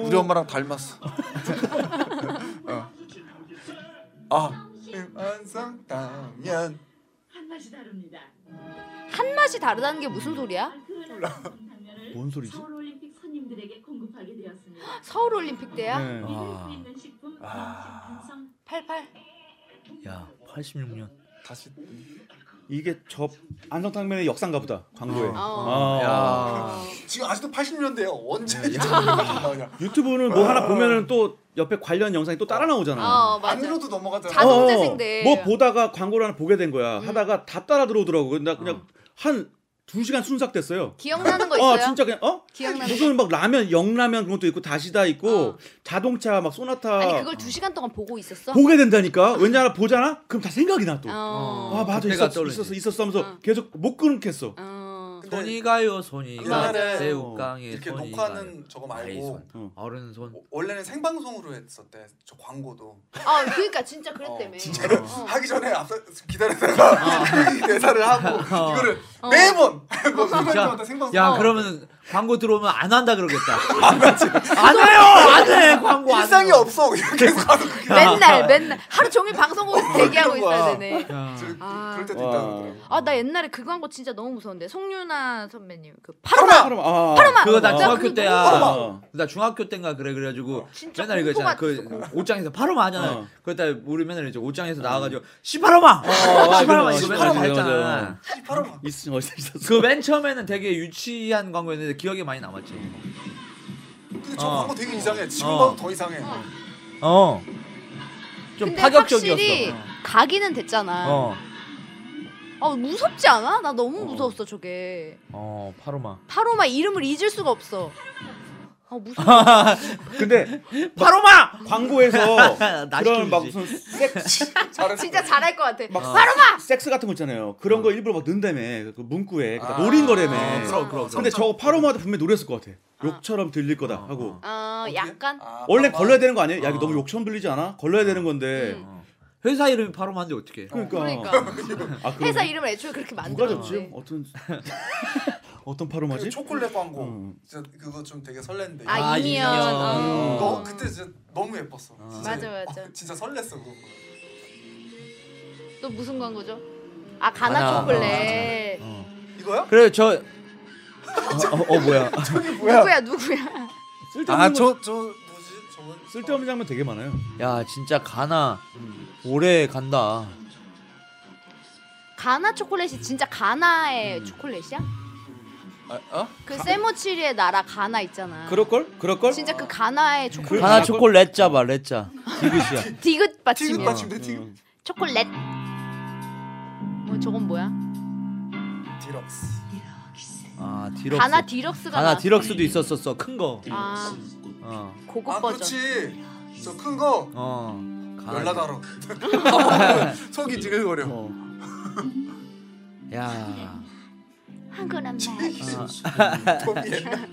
S4: 우리 엄마랑 닮았어. 어. 아. 안성 따면
S6: 한맛이 다릅니다.
S3: 한 맛이 다르다는 게 무슨 소리야?
S2: 뭔 소리지?
S6: 서울 올림픽 손님들에게 공급하게 되었습니다.
S3: 서울 올림픽 때야?
S2: 네.
S6: 믿을 수
S5: 아.
S6: 있는 식품 안성
S3: 88.
S5: 야, 86년.
S4: 다시
S2: 이게 저 안성탕면의 역사인가 보다 광고에.
S4: 어.
S2: 아.
S5: 야.
S4: 지금 아직도 80년대야. 언제 이 나오냐?
S2: 유튜브는 뭐 하나 보면은 또 옆에 관련 영상이 또 따라 나오잖아.
S3: 어, 맞아.
S4: 안으로도 넘어가잖아.
S3: 자동-
S2: 어, 어.
S3: 재생돼.
S2: 뭐 보다가 광고를 하나 보게 된 거야.
S3: 음.
S2: 하다가 다 따라 들어오더라고. 나 그냥 한 두 시간 순삭됐어요.
S3: 기억나는 거 있어요?
S2: 아 진짜 그냥 어?
S3: 기억나는 거.
S2: 무슨 막 라면 영라면 그런 것도 있고 다시다 있고
S3: 어.
S2: 자동차 막 소나타
S3: 아니 그걸 두 시간 동안 보고 있었어?
S2: 보게 된다니까. 왠지 하나 보잖아. 그럼 다 생각이 나 또.
S3: 어.
S2: 아 맞아
S5: 그때가
S2: 있었,
S5: 떠오르지.
S2: 있었어 있었어 하면서
S3: 어.
S2: 계속 못 끊겠어.
S3: 어.
S4: 근데
S5: 손이 가요, 손이
S4: 옛날에
S5: 가요. 새우깡에
S4: 네. 이렇게
S5: 손이
S4: 녹화하는 저거
S5: 가요. 아이
S4: 말고
S5: 손. 어른 손.
S4: 어, 원래는 생방송으로 했었대. 저 광고도.
S3: 아 그러니까 진짜 그랬다며.
S4: 어, 진짜로
S3: 어.
S4: 하기 전에 앞서 기다리다가 이 대사를 하고 이거를
S3: 어.
S4: 매번 뭐 순간마다 생방송.
S5: 야,
S4: 하고.
S5: 그러면 광고 들어오면 안 한다 그러겠다.
S3: 아,
S5: 안 해요, 안 해. 광고 안 해요.
S4: 일상이 없어. 그냥 계속 하는 거.
S3: 맨날 맨날 하루 종일 방송 보면서 대기하고
S4: 그런 거야.
S3: 있어야 되네.
S5: 야.
S4: 저-
S3: 아.
S4: 그럴 때도
S2: 와.
S4: 있다고 그러더라고.
S3: 아 나 옛날에 그거 한 거 진짜 너무 무서운데 송유나 선배님 그
S4: 파르마!
S2: 파르마. 아.
S3: 파르마 어.
S5: 그거 나
S2: 아,
S5: 중학교
S3: 그거
S5: 때야.
S2: 아.
S5: 나 중학교 때인가 그래 그래가지고
S3: 어, 진짜
S5: 맨날 이거 있잖아.
S3: 공포가
S5: 그 옷장에서 파로마 하잖아.
S2: 어.
S5: 요 그러다 우리 맨날 이제 옷장에서 나와가지고 시파로마,
S2: 어,
S5: 시파로마 이거
S2: 시파로마,
S5: 맨날 다
S2: 맞아,
S5: 했잖아.
S2: 맞아.
S4: 이 파르마.
S2: 있었어 있었어.
S5: 그 맨 처음에는 되게 유치한 광고였는데 기억에 많이 남았지.
S4: 근데 저
S5: 어.
S4: 광고 되게 이상해. 지금
S5: 어.
S4: 봐도 더 이상해.
S5: 어. 좀
S3: 근데
S5: 파격적이었어.
S3: 확실히 가기는 됐잖아. 어.
S5: 어.
S3: 무섭지 않아? 나 너무
S5: 어.
S3: 무서웠어 저게.
S5: 어, 파로마.
S3: 파로마 이름을 잊을 수가 없어. 아 무서워.
S2: 근데
S5: 파로마.
S2: 광고에서
S5: 그, 나
S2: 그런 막
S5: 시켜주지. 어.
S2: 무슨 섹스,
S4: 잘했어.
S3: 진짜 잘할 것 같아.
S2: 막
S3: 파로마.
S2: 섹스 같은 거 있잖아요. 그런 거 일부러 막 넣는다며. 그 문구에 그러니까
S4: 아.
S2: 노린 거라며.
S5: 어, 그럼 그럼.
S2: 근데
S3: 그렇죠.
S2: 저거 파로마도 분명히 노렸을 것 같아. 욕처럼 들릴 거다
S5: 어,
S2: 하고.
S5: 어.
S3: 어
S4: 어떻게?
S3: 약간
S4: 아,
S2: 원래
S4: 파르마.
S2: 걸려야 되는 거 아니에요? 야 이거
S5: 어.
S2: 너무 욕처럼 들리지 않아? 걸려야 되는 건데.
S3: 음.
S5: 어. 회사 이름이 파로마인데 어떻게?
S2: 그러니까.
S3: 그러니까
S2: 아, 그러네.
S3: 회사 이름을 애초에 그렇게
S2: 누가
S3: 만들었는데.
S2: 줬지? 어떤 어떤
S4: 그
S2: 파로마지?
S4: 초콜릿 광고.
S2: 음.
S4: 진짜 그거 좀 되게 설렌데.
S3: 아,
S5: 아,
S3: 이니언.
S5: 이니언.
S3: 어.
S4: 너 그때 진짜 너무 예뻤어. 진짜.
S3: 맞아, 맞아.
S4: 어, 진짜 설렜어 그거.
S3: 또 무슨 광고죠? 아 가나,
S5: 가나.
S3: 초콜릿.
S4: 이거야?
S5: 그래 저. 어, 어, 어, 뭐야?
S4: 저게 뭐야?
S3: 누구야 누구야?
S2: 쓸데없는
S4: 아
S2: 거-
S4: 저 저 뭐지 저는
S2: 쓸데없는 장면 되게 많아요.
S5: 야 진짜 가나 오래 간다.
S3: 가나 초콜릿이 진짜 가나의 초콜릿이야?
S4: 아, 어?
S3: 그 세모치리의 나라 가나 있잖아.
S2: 그럴 걸? 그럴 걸?
S3: 진짜 그 가나의 초콜릿.
S2: 그-
S5: 가나 초콜렛 잡아 렛 자.
S2: 디귿이야.
S3: 디귿
S5: 아,
S4: 티귿
S3: 받침이야.
S4: 받침대 티귿
S3: 초콜릿. 뭐 저건 뭐야?
S4: 디럭스
S5: 아 디럭스.
S3: 가나 디럭스가
S5: 가나
S3: 나왔어.
S5: 디럭스도 있었었어 큰 거.
S3: 아
S5: 어.
S3: 고급
S4: 아
S3: 버전.
S4: 그렇지 저 큰거
S5: 어. 가나
S4: 열나다로 속이 지글거려
S5: 아, 어. 야.
S3: 한글한
S4: 톱이 옛날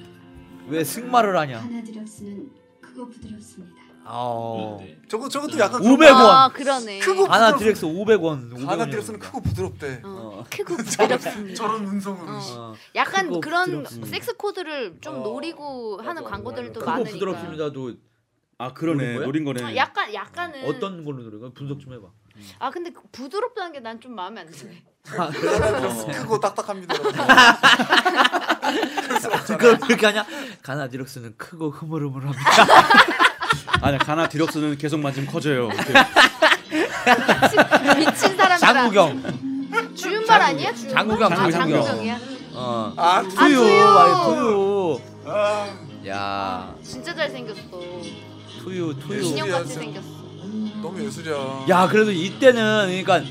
S5: 왜 승마를 하냐?
S6: 하나드럭스는 크고 부드럽습니다.
S5: 아오.
S4: 저거 저것도 약간
S5: 우베-
S3: 말.
S5: 500원.
S3: 아 그러네.
S4: 크고
S5: 가나
S4: 부드럽- 아,
S5: 디럭스 500원. 500원.
S4: 가나 디럭스는 크고 부드럽대
S3: 어,
S5: 어.
S3: 크고 부드럽습니다.
S4: 저런 음성으로
S3: 어.
S5: 어.
S3: 약간
S5: 크고
S3: 그런
S5: 부드럽습니다.
S3: 섹스 코드를 좀
S4: 어.
S3: 노리고 하는
S4: 맞아,
S3: 광고들도
S5: 크고
S3: 많으니까.
S5: 부드럽습니다도
S2: 아
S5: 노린
S2: 그러네.
S5: 거야?
S2: 노린 거네.
S3: 어, 약간 약간은
S5: 어떤 걸로 노래가 분석 좀 해봐.
S3: 아 근데 그 부드럽다는 게 난 좀 마음에 안 드네.
S4: 가나 디럭스 크고 딱딱합니다 그럴 수 없잖아
S5: 그걸 그렇게 하냐? 가나 디럭스는 크고 흐물흐물합니다.
S2: 아니 가나 디럭스는 계속 맞으면 커져요. 이렇게.
S3: 미친, 미친 사람이라.
S5: 장국영.
S3: 주윤발 아니야? 주윤발?
S5: 장국영,
S3: 아,
S2: 장국영.
S3: 장국영이야.
S5: 어.
S4: 아
S3: 아,
S5: 투유.
S3: 투유.
S5: 아, 투유.
S4: 아,
S5: 야.
S3: 진짜 잘 생겼어.
S5: 음. 투유 투유.
S3: 인형 같이
S4: 진짜.
S3: 생겼어.
S4: 너무 예술이야
S5: 야 그래도 이때는 그러니까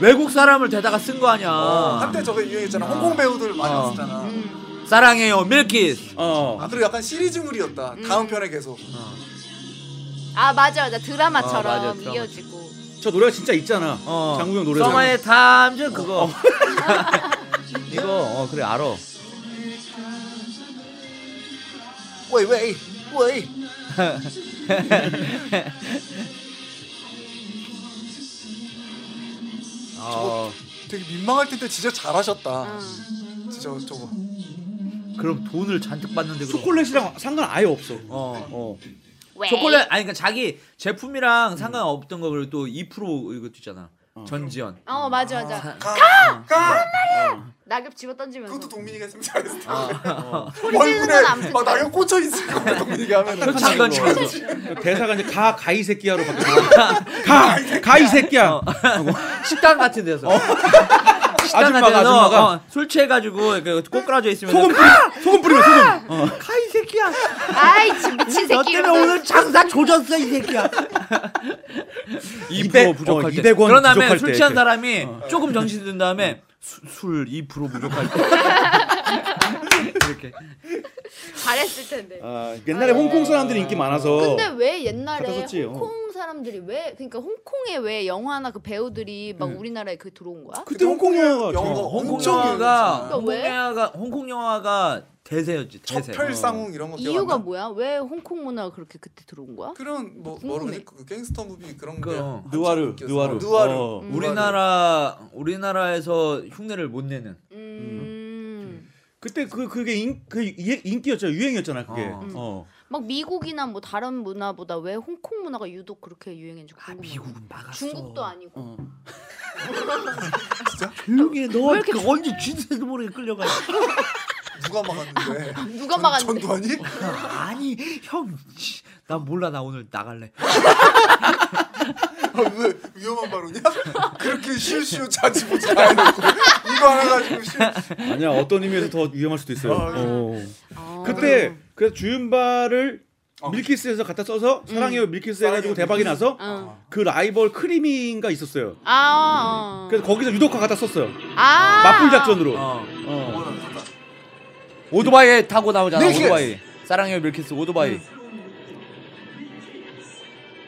S5: 외국 사람을 대다가 쓴 거 아니야.
S4: 어, 한때 저거 유행했잖아 홍콩 배우들 많이
S5: 어.
S4: 왔었잖아
S3: 음.
S5: 사랑해요 밀키스.
S2: 어.
S4: 아 그리고 약간 시리즈물이었다 다음 편에 계속 어.
S3: 아 맞아 맞아 드라마처럼
S5: 어, 맞아, 드라마.
S3: 이어지고.
S2: 저 노래가 진짜 있잖아.
S5: 어.
S2: 장국영 노래. 어.
S5: 서머의 탐즈 그거. 이거 어 그래 알아.
S4: 웨이 웨이 어, 웨이
S5: 어,
S4: 되게 민망할 텐데 진짜 잘하셨다
S3: 어.
S4: 진짜 저거
S5: 그럼 돈을 잔뜩 받는데 그럼-
S2: 초콜릿이랑 상관 아예 없어.
S5: 어.
S2: 어.
S3: 왜?
S5: 초콜릿 아니 그러니까 자기 제품이랑 상관없던 거 그리고 또2% 이것도 있잖아.
S2: 어.
S5: 전지현.
S3: 어 맞아 맞아.
S4: 가!
S5: 어.
S4: 가!
S3: 낙엽 집어 던지면서.
S4: 그것도 동민이가 했으면 잘했을 텐데
S3: 아. 소리 지르는 건안
S4: 아,
S3: 큰다.
S4: 나랑 꽂혀 있을 거야 동민이가 하면
S5: 잠깐 잠깐.
S2: 대사가 이제 가 가이 새끼야로 바뀌었어. 가 가이 어. 새끼야.
S5: 식당 같은 데서.
S2: 어.
S5: 식당
S2: 아줌마가,
S5: 같은 데서
S2: 아줌마가.
S5: 어, 술 취해가지고 그 꼬꾸라져 있으면
S2: 소금 뿌리 소금 뿌리면 소금.
S5: 가이 새끼야.
S3: 아이 진 미친
S5: 너
S3: 새끼.
S5: 때문에 오늘 장사 조졌어 이 새끼야.
S2: 200, 어, 200원
S5: 그런 다음에
S2: 부족할
S5: 술
S2: 때
S5: 취한
S2: 이렇게. 어.
S5: 사람이 조금 정신 든 다음에 수- 술 2% 부족할 때 이렇게.
S3: 잘했을 텐데.
S2: 아, 옛날에 홍콩 사람들이 인기 많아서.
S3: 근데 왜 옛날에
S2: 갖다 썼지, 어.
S3: 홍콩 사람들이 왜 그러니까 홍콩에 왜 영화나 그 배우들이 막 우리나라에 그 들어온 거야?
S2: 음. 그때 홍콩 영화가
S4: 영화
S2: 좋아.
S5: 홍콩
S4: 엄청
S5: 영화가
S4: 유명했잖아.
S5: 홍콩
S3: 왜?
S5: 영화가 홍콩 영화가 대세였지 대세.
S4: 첫펠상웅 이런 거
S3: 네, 이유가
S4: 기억나?
S3: 뭐야? 왜 홍콩 문화가 그렇게 그때 들어온 거야?
S4: 그런 뭐
S3: 궁금해.
S4: 모르겠지 그 갱스터 무비 그런
S5: 그,
S4: 거
S2: 누아르, 누아르.
S4: 누아르
S2: 어.
S4: 누아르.
S5: 우리나라 우리나라에서 흉내를 못 내는.
S3: 음.
S2: 그때 그 그게 인, 그 이- 인기였잖아 유행이었잖아 그게.
S5: 어.
S2: 어.
S3: 음. 막 미국이나 뭐 다른 문화보다 왜 홍콩 문화가 유독 그렇게 유행했는지 궁금해.
S5: 미국은 막았어.
S3: 음. 중국도 아니고.
S2: 아, 어.
S4: 아,
S5: 조용히 해. 너
S3: 왜 이렇게
S5: 그 언제 쥐새도 모르게 끌려가.
S4: 누가 막았는데
S3: 아, 누가 막았는데?
S4: 전두환이?
S5: 아니 형나 몰라 나 오늘 나갈래.
S4: 아, 왜 위험한 발언이야? 그렇게 슈슈 자지 보지 않아놓고 이거 하나 가지고 슈
S2: 아니야 어떤 의미에서 더 위험할 수도 있어요.
S4: 아, 예.
S2: 어.
S3: 어.
S2: 그때 그래서 주윤발을
S4: 어.
S2: 밀키스에서 갖다 써서 사랑해요 밀키스 해가지고
S4: 사랑해요,
S2: 대박이
S4: 밀키스.
S2: 나서
S3: 음. 어.
S2: 그 라이벌 크리미인가 있었어요.
S3: 아.
S2: 음. 그래서 거기서 유독화 갖다 썼어요.
S3: 아.
S2: 맞불 작전으로.
S5: 어.
S2: 어.
S5: 오토바이 타고 나오잖아
S4: 밀키스!
S5: 오토바이. 사랑해요 밀키스 오토바이.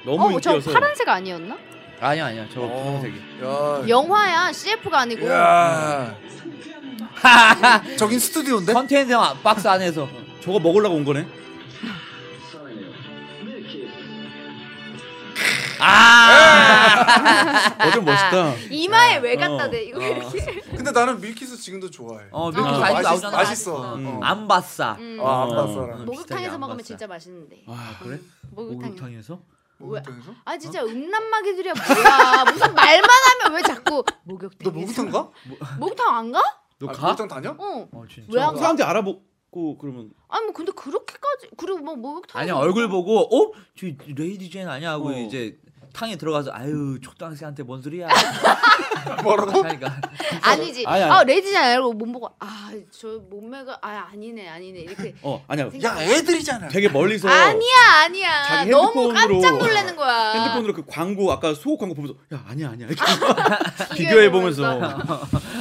S2: 너무
S3: 어, 저
S2: 인기여서. 어.
S3: 파란색 아니었나?
S5: 아니야 아니야 저
S4: 어.
S5: 분홍색이.
S4: 야.
S3: 영화야. CF가 아니고.
S4: 야. 저긴 스튜디오인데?
S5: 컨테이너 아- 박스 안에서.
S2: 저거 먹으려고 온 거네. 어,
S5: 네? 아.
S2: 어좀 멋있다.
S3: 이마에 왜 갖다
S2: 어.
S3: 대? 이거 이렇게.
S4: 근데 나는 밀키스 지금도 좋아해
S5: 어 밀키스
S3: 아,
S5: 아직도
S4: 맛있-
S5: 나오잖아.
S4: 맛있어
S2: 음.
S4: 어.
S5: 안 봤어.
S3: 음.
S4: 아, 안
S2: 어.
S4: 봤어라.
S3: 목욕탕에서 먹으면 진짜 맛있는데.
S2: 아 그래?
S3: 목욕탕.
S5: 목욕탕에서?
S4: 목욕탕에서?
S3: 아 진짜 음란마귀들이야 뭐야. 무슨 말만 하면 왜 자꾸 목욕탕.
S4: 너 목욕탕 가?
S3: 목욕탕 안 가?
S5: 너
S4: 아,
S5: 가?
S4: 목욕탕 다녀?
S3: 어.
S5: 어 진짜.
S3: 왜 안 가?
S2: 사람들이 알아보 자꾸 그러면
S3: 아니 뭐 근데 그렇게까지 그리고 뭐 목욕탕
S5: 아니 얼굴 보고 어? 저 레이디 젠 아니야 하고
S2: 어.
S5: 이제 탕에 들어가서 아유 초등학생한테 뭔 소리야
S4: 뭐라고?
S5: 그러니까
S3: 아니지
S2: 아니, 아니.
S3: 아 레디지 알고 몸 보고 아 저 몸매가 아 아니네 아니네 이렇게
S2: 어 아니야
S4: 야 애들이잖아.
S2: 되게 멀리서
S3: 아니야 아니야
S2: 자기
S3: 너무
S2: 핸드폰으로-
S3: 깜짝 놀라는 거야
S2: 핸드폰으로 그 광고 아까 소호 광고 보면서 야 아니야 아니야 이렇게 비교해 보면서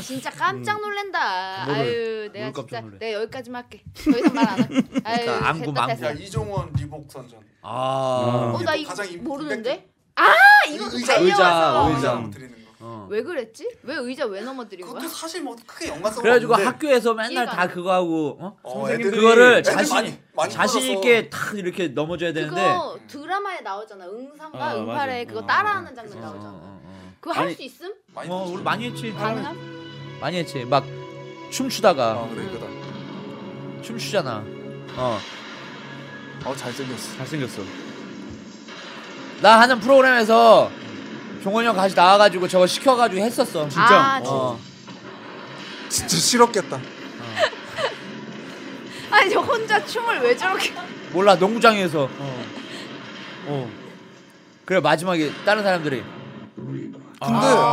S3: 진짜 깜짝 놀란다
S5: 그거를
S3: 아유 내가
S5: 뭘 깜짝
S3: 진짜
S5: 놀래.
S3: 내가 여기까지만 할게 더 이상 말 안 할게 아유
S5: 그러니까 안구
S3: 됐다,
S5: 망구.
S3: 됐어.
S4: 야 이종원 리복 선전.
S5: 아
S2: 어.
S3: 어, 나
S4: 이거 가장
S3: 이거
S4: 임-
S3: 모르는데?
S4: 아
S3: 이거
S4: 의자
S3: 달려와서.
S4: 의자
S5: 의자.
S4: 의자 드리는 거.
S5: 어.
S3: 왜 그랬지? 왜 의자 왜 넘어뜨린
S4: 그것도
S3: 거야?
S4: 사실 뭐 크게 연관성.
S5: 그래가지고 학교에서 맨날
S3: 이해가
S5: 다
S3: 안 돼.
S5: 그거 하고 어?
S2: 선생님들이
S5: 그거를
S4: 애들
S5: 자신
S4: 많이- 많이
S5: 자신
S4: 받아서.
S5: 있게 탁 이렇게 넘어져야 되는데
S3: 그거 드라마에 나오잖아 응상과
S2: 네, 아,
S3: 응팔에
S2: 맞아.
S3: 그거
S2: 어,
S3: 따라하는 장면
S5: 어,
S3: 나오잖아
S5: 어, 어.
S3: 그거 할
S2: 아니,
S3: 수 있음?
S5: 어, 우리 많이 했지
S3: 가능함?
S5: 많이 했지 막 춤추다가
S4: 아 그래 그다.
S5: 춤추잖아 어.
S4: 어 잘생겼어.
S2: 잘생겼어
S5: 나 하는 프로그램에서 종원이 형 같이 나와가지고 저거 시켜가지고 했었어
S2: 진짜.
S3: 아,
S5: 어.
S4: 진짜 싫었겠다.
S3: 아니 저 혼자 춤을 왜 저렇게
S5: 몰라 농구장에서
S2: 어
S5: 그래 마지막에 다른 사람들이
S4: 근데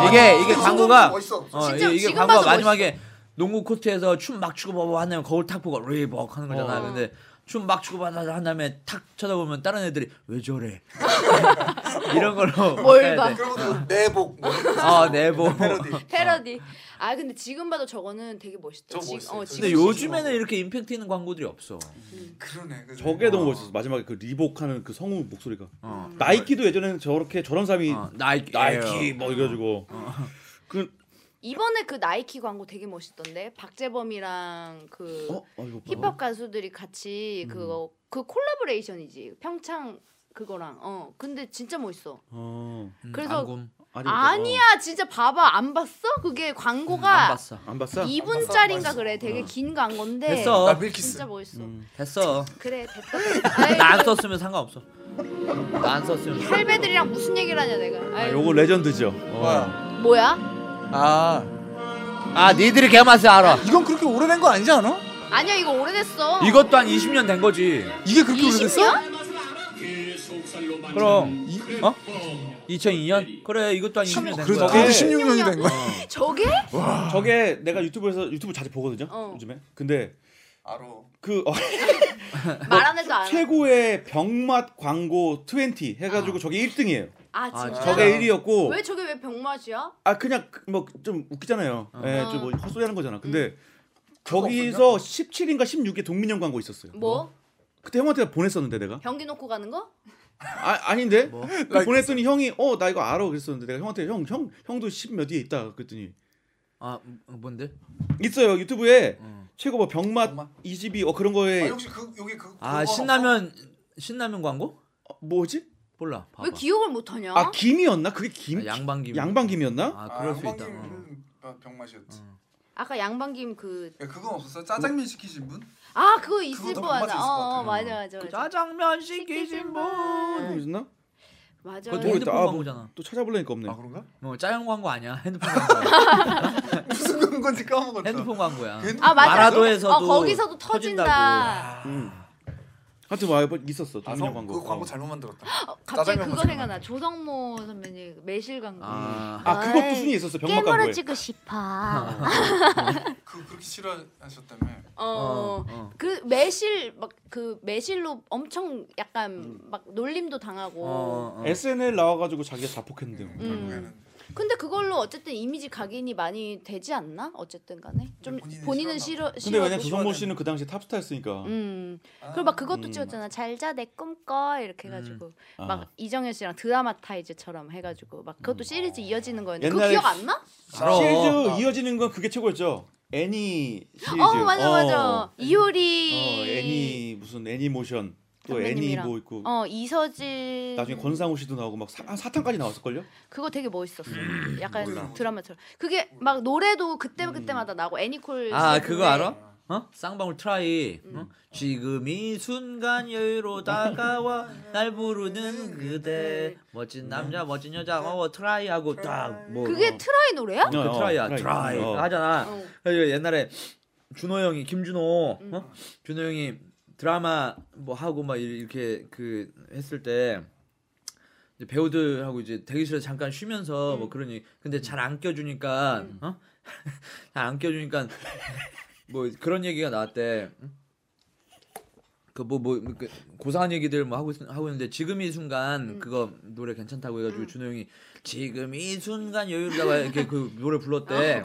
S5: 이게 이게
S4: 아,
S5: 광고가
S4: 멋있어.
S5: 어,
S3: 진짜
S5: 이게, 이게
S3: 지금
S5: 광고가
S3: 봐도
S5: 마지막에 농구 코트에서 춤 막 추고 봐봐 한 다음에 거울 탁 보고 레이벅 하는 거잖아
S3: 어.
S5: 근데 춤 막 추고 봐봐 한 다음에 탁 쳐다보면 다른 애들이 왜 저래 이런 걸로
S3: 뭘
S5: 해야
S3: 봐.
S5: 돼.
S4: 그리고 그 내복 뭐 이런 거.
S5: 아 내보
S4: 패러디.
S3: 패러디 아 근데 지금 봐도 저거는 되게 멋있다
S4: 저거
S3: 지-
S4: 멋있어요.
S3: 어,
S4: 근데
S5: 근데
S3: 지금
S5: 요즘에는 이렇게 임팩트 있는 광고들이 없어
S4: 그러네. 그죠?
S2: 저게
S4: 어.
S2: 너무 멋있었어 마지막에 그 리복하는 그 성우 목소리가
S5: 어.
S2: 나이키도 예전에는 저렇게 저런 사람이
S5: 어, 나이키
S2: 나이키 뭐 이래가지고 그
S3: 이번에 그 나이키 광고 되게 멋있던데 박재범이랑 그
S2: 어? 음. 아, 이거 봐.
S3: 힙합 가수들이 같이 그거 그 콜라보레이션이지 평창 그거랑 어 근데 진짜 멋있어
S2: 어
S5: 음,
S3: 그래서-
S5: 안금.
S2: 아니, 어.
S3: 아니야 진짜 봐봐 안 봤어 그게
S5: 안
S3: 광고가
S5: 봤어
S2: 음, 안 봤어?
S3: 2분짜리인가
S4: 봤어.
S3: 그래 되게 긴 광고인데
S5: 됐어.
S4: 나 밀키스.
S3: 진짜 멋있어
S5: 음. 됐어
S3: 그래 됐다 아이,
S5: 나 안 썼으면 상관없어 나 안 썼으면
S3: 할배들이랑 무슨 얘기를 하냐 내가
S2: 아,
S3: 아이,
S2: 요거 레전드죠 어.
S4: 뭐야?
S3: 뭐야
S4: 아
S5: 아 니들이 개맛을 알아
S4: 이건 그렇게 오래된 거 아니지 않아?
S3: 아니야 이거 오래됐어
S5: 이것도 한 20년 된 거지
S4: 이게 그렇게 오래됐어?
S3: 20년
S5: 그럼 이, 어? 2002년? 그래 이것도 한 20년 된
S4: 그래도
S5: 거야
S2: 저게-
S4: 그래도 16년이 된 거야.
S3: 어. 저게
S2: 저게 내가 유튜브에서 유튜브 자주 보거든요
S3: 어.
S2: 요즘에 근데
S4: 알어.
S2: 그 어,
S3: 말 안 해도 알아
S2: 최고의 병맛 광고 20 해가지고 저게 1등이에요
S3: 아
S5: 아,
S3: 진짜
S2: 저게 1위였고
S3: 왜 저게 왜 병맛이야
S2: 아 그냥 뭐 좀 웃기잖아요. 예,
S3: 어.
S2: 좀뭐 헛소리 하는 거잖아. 근데 거기서 17인가 16개 동민형 광고 있었어요.
S3: 뭐
S2: 그때 형한테 보냈었는데 내가
S3: 변기 놓고 가는 거
S2: 아 아닌데 그 보냈더니 형이 어 나 이거 알아 그랬었는데 내가 형한테 형 형 형, 도 십 몇 위에 있다 그랬더니
S5: 아 뭔데?
S2: 있어요 유튜브에
S5: 음.
S2: 최고 뭐 병맛
S4: 병맛?
S2: 22 어 그런 거에
S4: 아 혹시 그 여기 그
S5: 아
S4: 그거
S5: 신라면 신라면 광고?
S2: 어, 뭐지?
S5: 몰라 봐봐
S3: 왜 기억을 못 하냐
S2: 아 김이었나? 그게 김
S5: 아, 양반김
S2: 양반김이었나?
S5: 아
S4: 없어?
S5: 그럴
S4: 아,
S5: 수 있다 어.
S4: 양반김은 병맛이었지.
S3: 아까 양반김 그
S4: 야 그건 없었어? 짜장면 시키신 분?
S3: 아 그거 있을
S4: 그것도
S3: 거
S4: 맞을
S3: 맞아.
S4: 것
S3: 어, 어
S4: 같아요.
S3: 맞아 맞아 맞아.
S5: 그 짜장면 시키신 분
S2: 있었나?
S3: 맞아.
S5: 그거
S2: 모르겠다.
S5: 핸드폰
S2: 아, 뭐-
S5: 광고잖아
S2: 아, 또 찾아보려니까 없네.
S4: 아 그런가?
S5: 뭐 짜장 광고 아니야 핸드폰 광고
S4: 무슨 그런 건지 까먹었다.
S5: 핸드폰 광고야
S4: 그-
S3: 아 맞아.
S5: 마라도에서도
S3: 어 거기서도 터진다.
S2: 음. 하여튼 뭐 있었어
S4: 아,
S2: 동민형
S4: 성,
S2: 광고.
S4: 그거 광고
S2: 어.
S4: 잘못 만들었다.
S3: 어, 갑자기
S4: 짜장면
S3: 그거
S4: 아, 생각나.
S3: 생각나. 조성모 선배님 그 매실 광고.
S5: 아
S2: 아 그것도
S3: 아이,
S2: 순위 있었어 병맛 광고에.
S3: 깨물어 찍고 싶어.
S4: 그 그렇게 싫어하셨다며.
S3: 어.
S5: 어, 어.
S3: 그 매실 막 그 매실로 엄청 약간 막 놀림도 당하고.
S2: 음.
S5: 어, 어.
S2: SNL 나와가지고 자기가 자폭했는데. 뭐.
S4: 음.
S3: 음.
S4: 결국에는
S3: 근데 그걸로 어쨌든 이미지 각인이 많이 되지 않나? 어쨌든간에 좀
S4: 본인은
S3: 본인은 싫어
S4: 싫어하나
S2: 근데 왜냐
S3: 싫어.
S2: 조성모 씨는 그 당시 탑스타였으니까.
S3: 음.
S4: 아,
S3: 그리고 막 그것도
S2: 음.
S3: 찍었잖아. 잘자 내 꿈꿔 이렇게 해가지고
S2: 아. 음.
S3: 막 이정현 씨랑 드라마타이즈처럼 해가지고 막 그것도 시리즈 이어지는 거였는데
S2: 옛날에
S3: 그거 기억 안 나?
S5: 알아.
S2: 시리즈 이어지는 건 그게 최고였죠. 애니 시리즈.
S3: 어 맞아 맞아
S2: 어, 어,
S3: 이효리
S2: 애니 무슨 애니모션 또 애니
S3: 선배님이랑.
S2: 뭐 있고
S3: 어 네. 이서진
S2: 나중에 권상우 씨도 나오고 막 사, 한 사탕까지 나왔을걸요?
S3: 그거 되게 멋있었어 약간
S4: 몰라.
S3: 드라마처럼 그게 막 노래도 그때 그때마다 나고 애니콜
S5: 아
S3: 시즌에
S5: 그거 알아? 어? 쌍방울 트라이 어? 지금 이 순간 여유로 다가와 날 부르는 그대 멋진 남자 멋진 여자 어 트라이 하고 딱뭐 어.
S3: 그게 트라이 노래야?
S5: 그 트라이야 트라이
S2: 어.
S5: 하잖아
S3: 어. 음.
S5: 그래서 옛날에 준호 형이 김준호 어? 준호 형이 드라마 뭐 하고 막 이- 이렇게 그 했을 때 이제 배우들하고 이제 대기실에 잠깐 쉬면서
S3: 음.
S5: 뭐 그러니 근데 잘 안 껴주니까 어? 잘 안 껴주니까 뭐 그런 얘기가 나왔대. 그 뭐 뭐 고상한 얘기들 뭐 하고 있, 하고 있는데 지금 이 순간
S3: 음.
S5: 그거 노래 괜찮다고 해가지고 준호 형이 지금 이 순간 여유로다가 이렇게 그 노래 불렀대.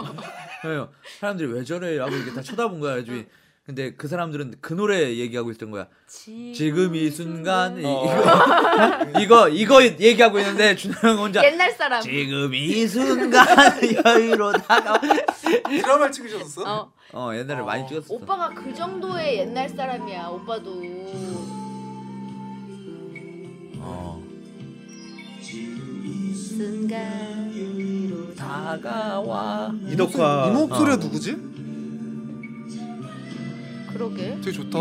S5: 그래요. 사람들이 왜 저래라고 이렇게 다 쳐다본 거야. 그래가지고 근데 그 사람들은 그 노래 얘기하고 있던 거야. 지금 이 순간 이- 이거 이거 이거 얘기하고 있는데 준호 형 혼자
S8: 옛날 사람.
S5: 지금 이 순간 여유로다가
S4: 드라마를 찍으셨었어?
S8: 어.
S5: 어 옛날에 많이 찍었어.
S8: 오빠가 그 정도의 옛날 사람이야. 오빠도.
S5: 어.
S8: 순간으로
S5: 다가와.
S2: 이덕화
S4: 이 목소리가
S5: 어.
S4: 누구지?
S8: 그러게.
S4: 되게 좋다.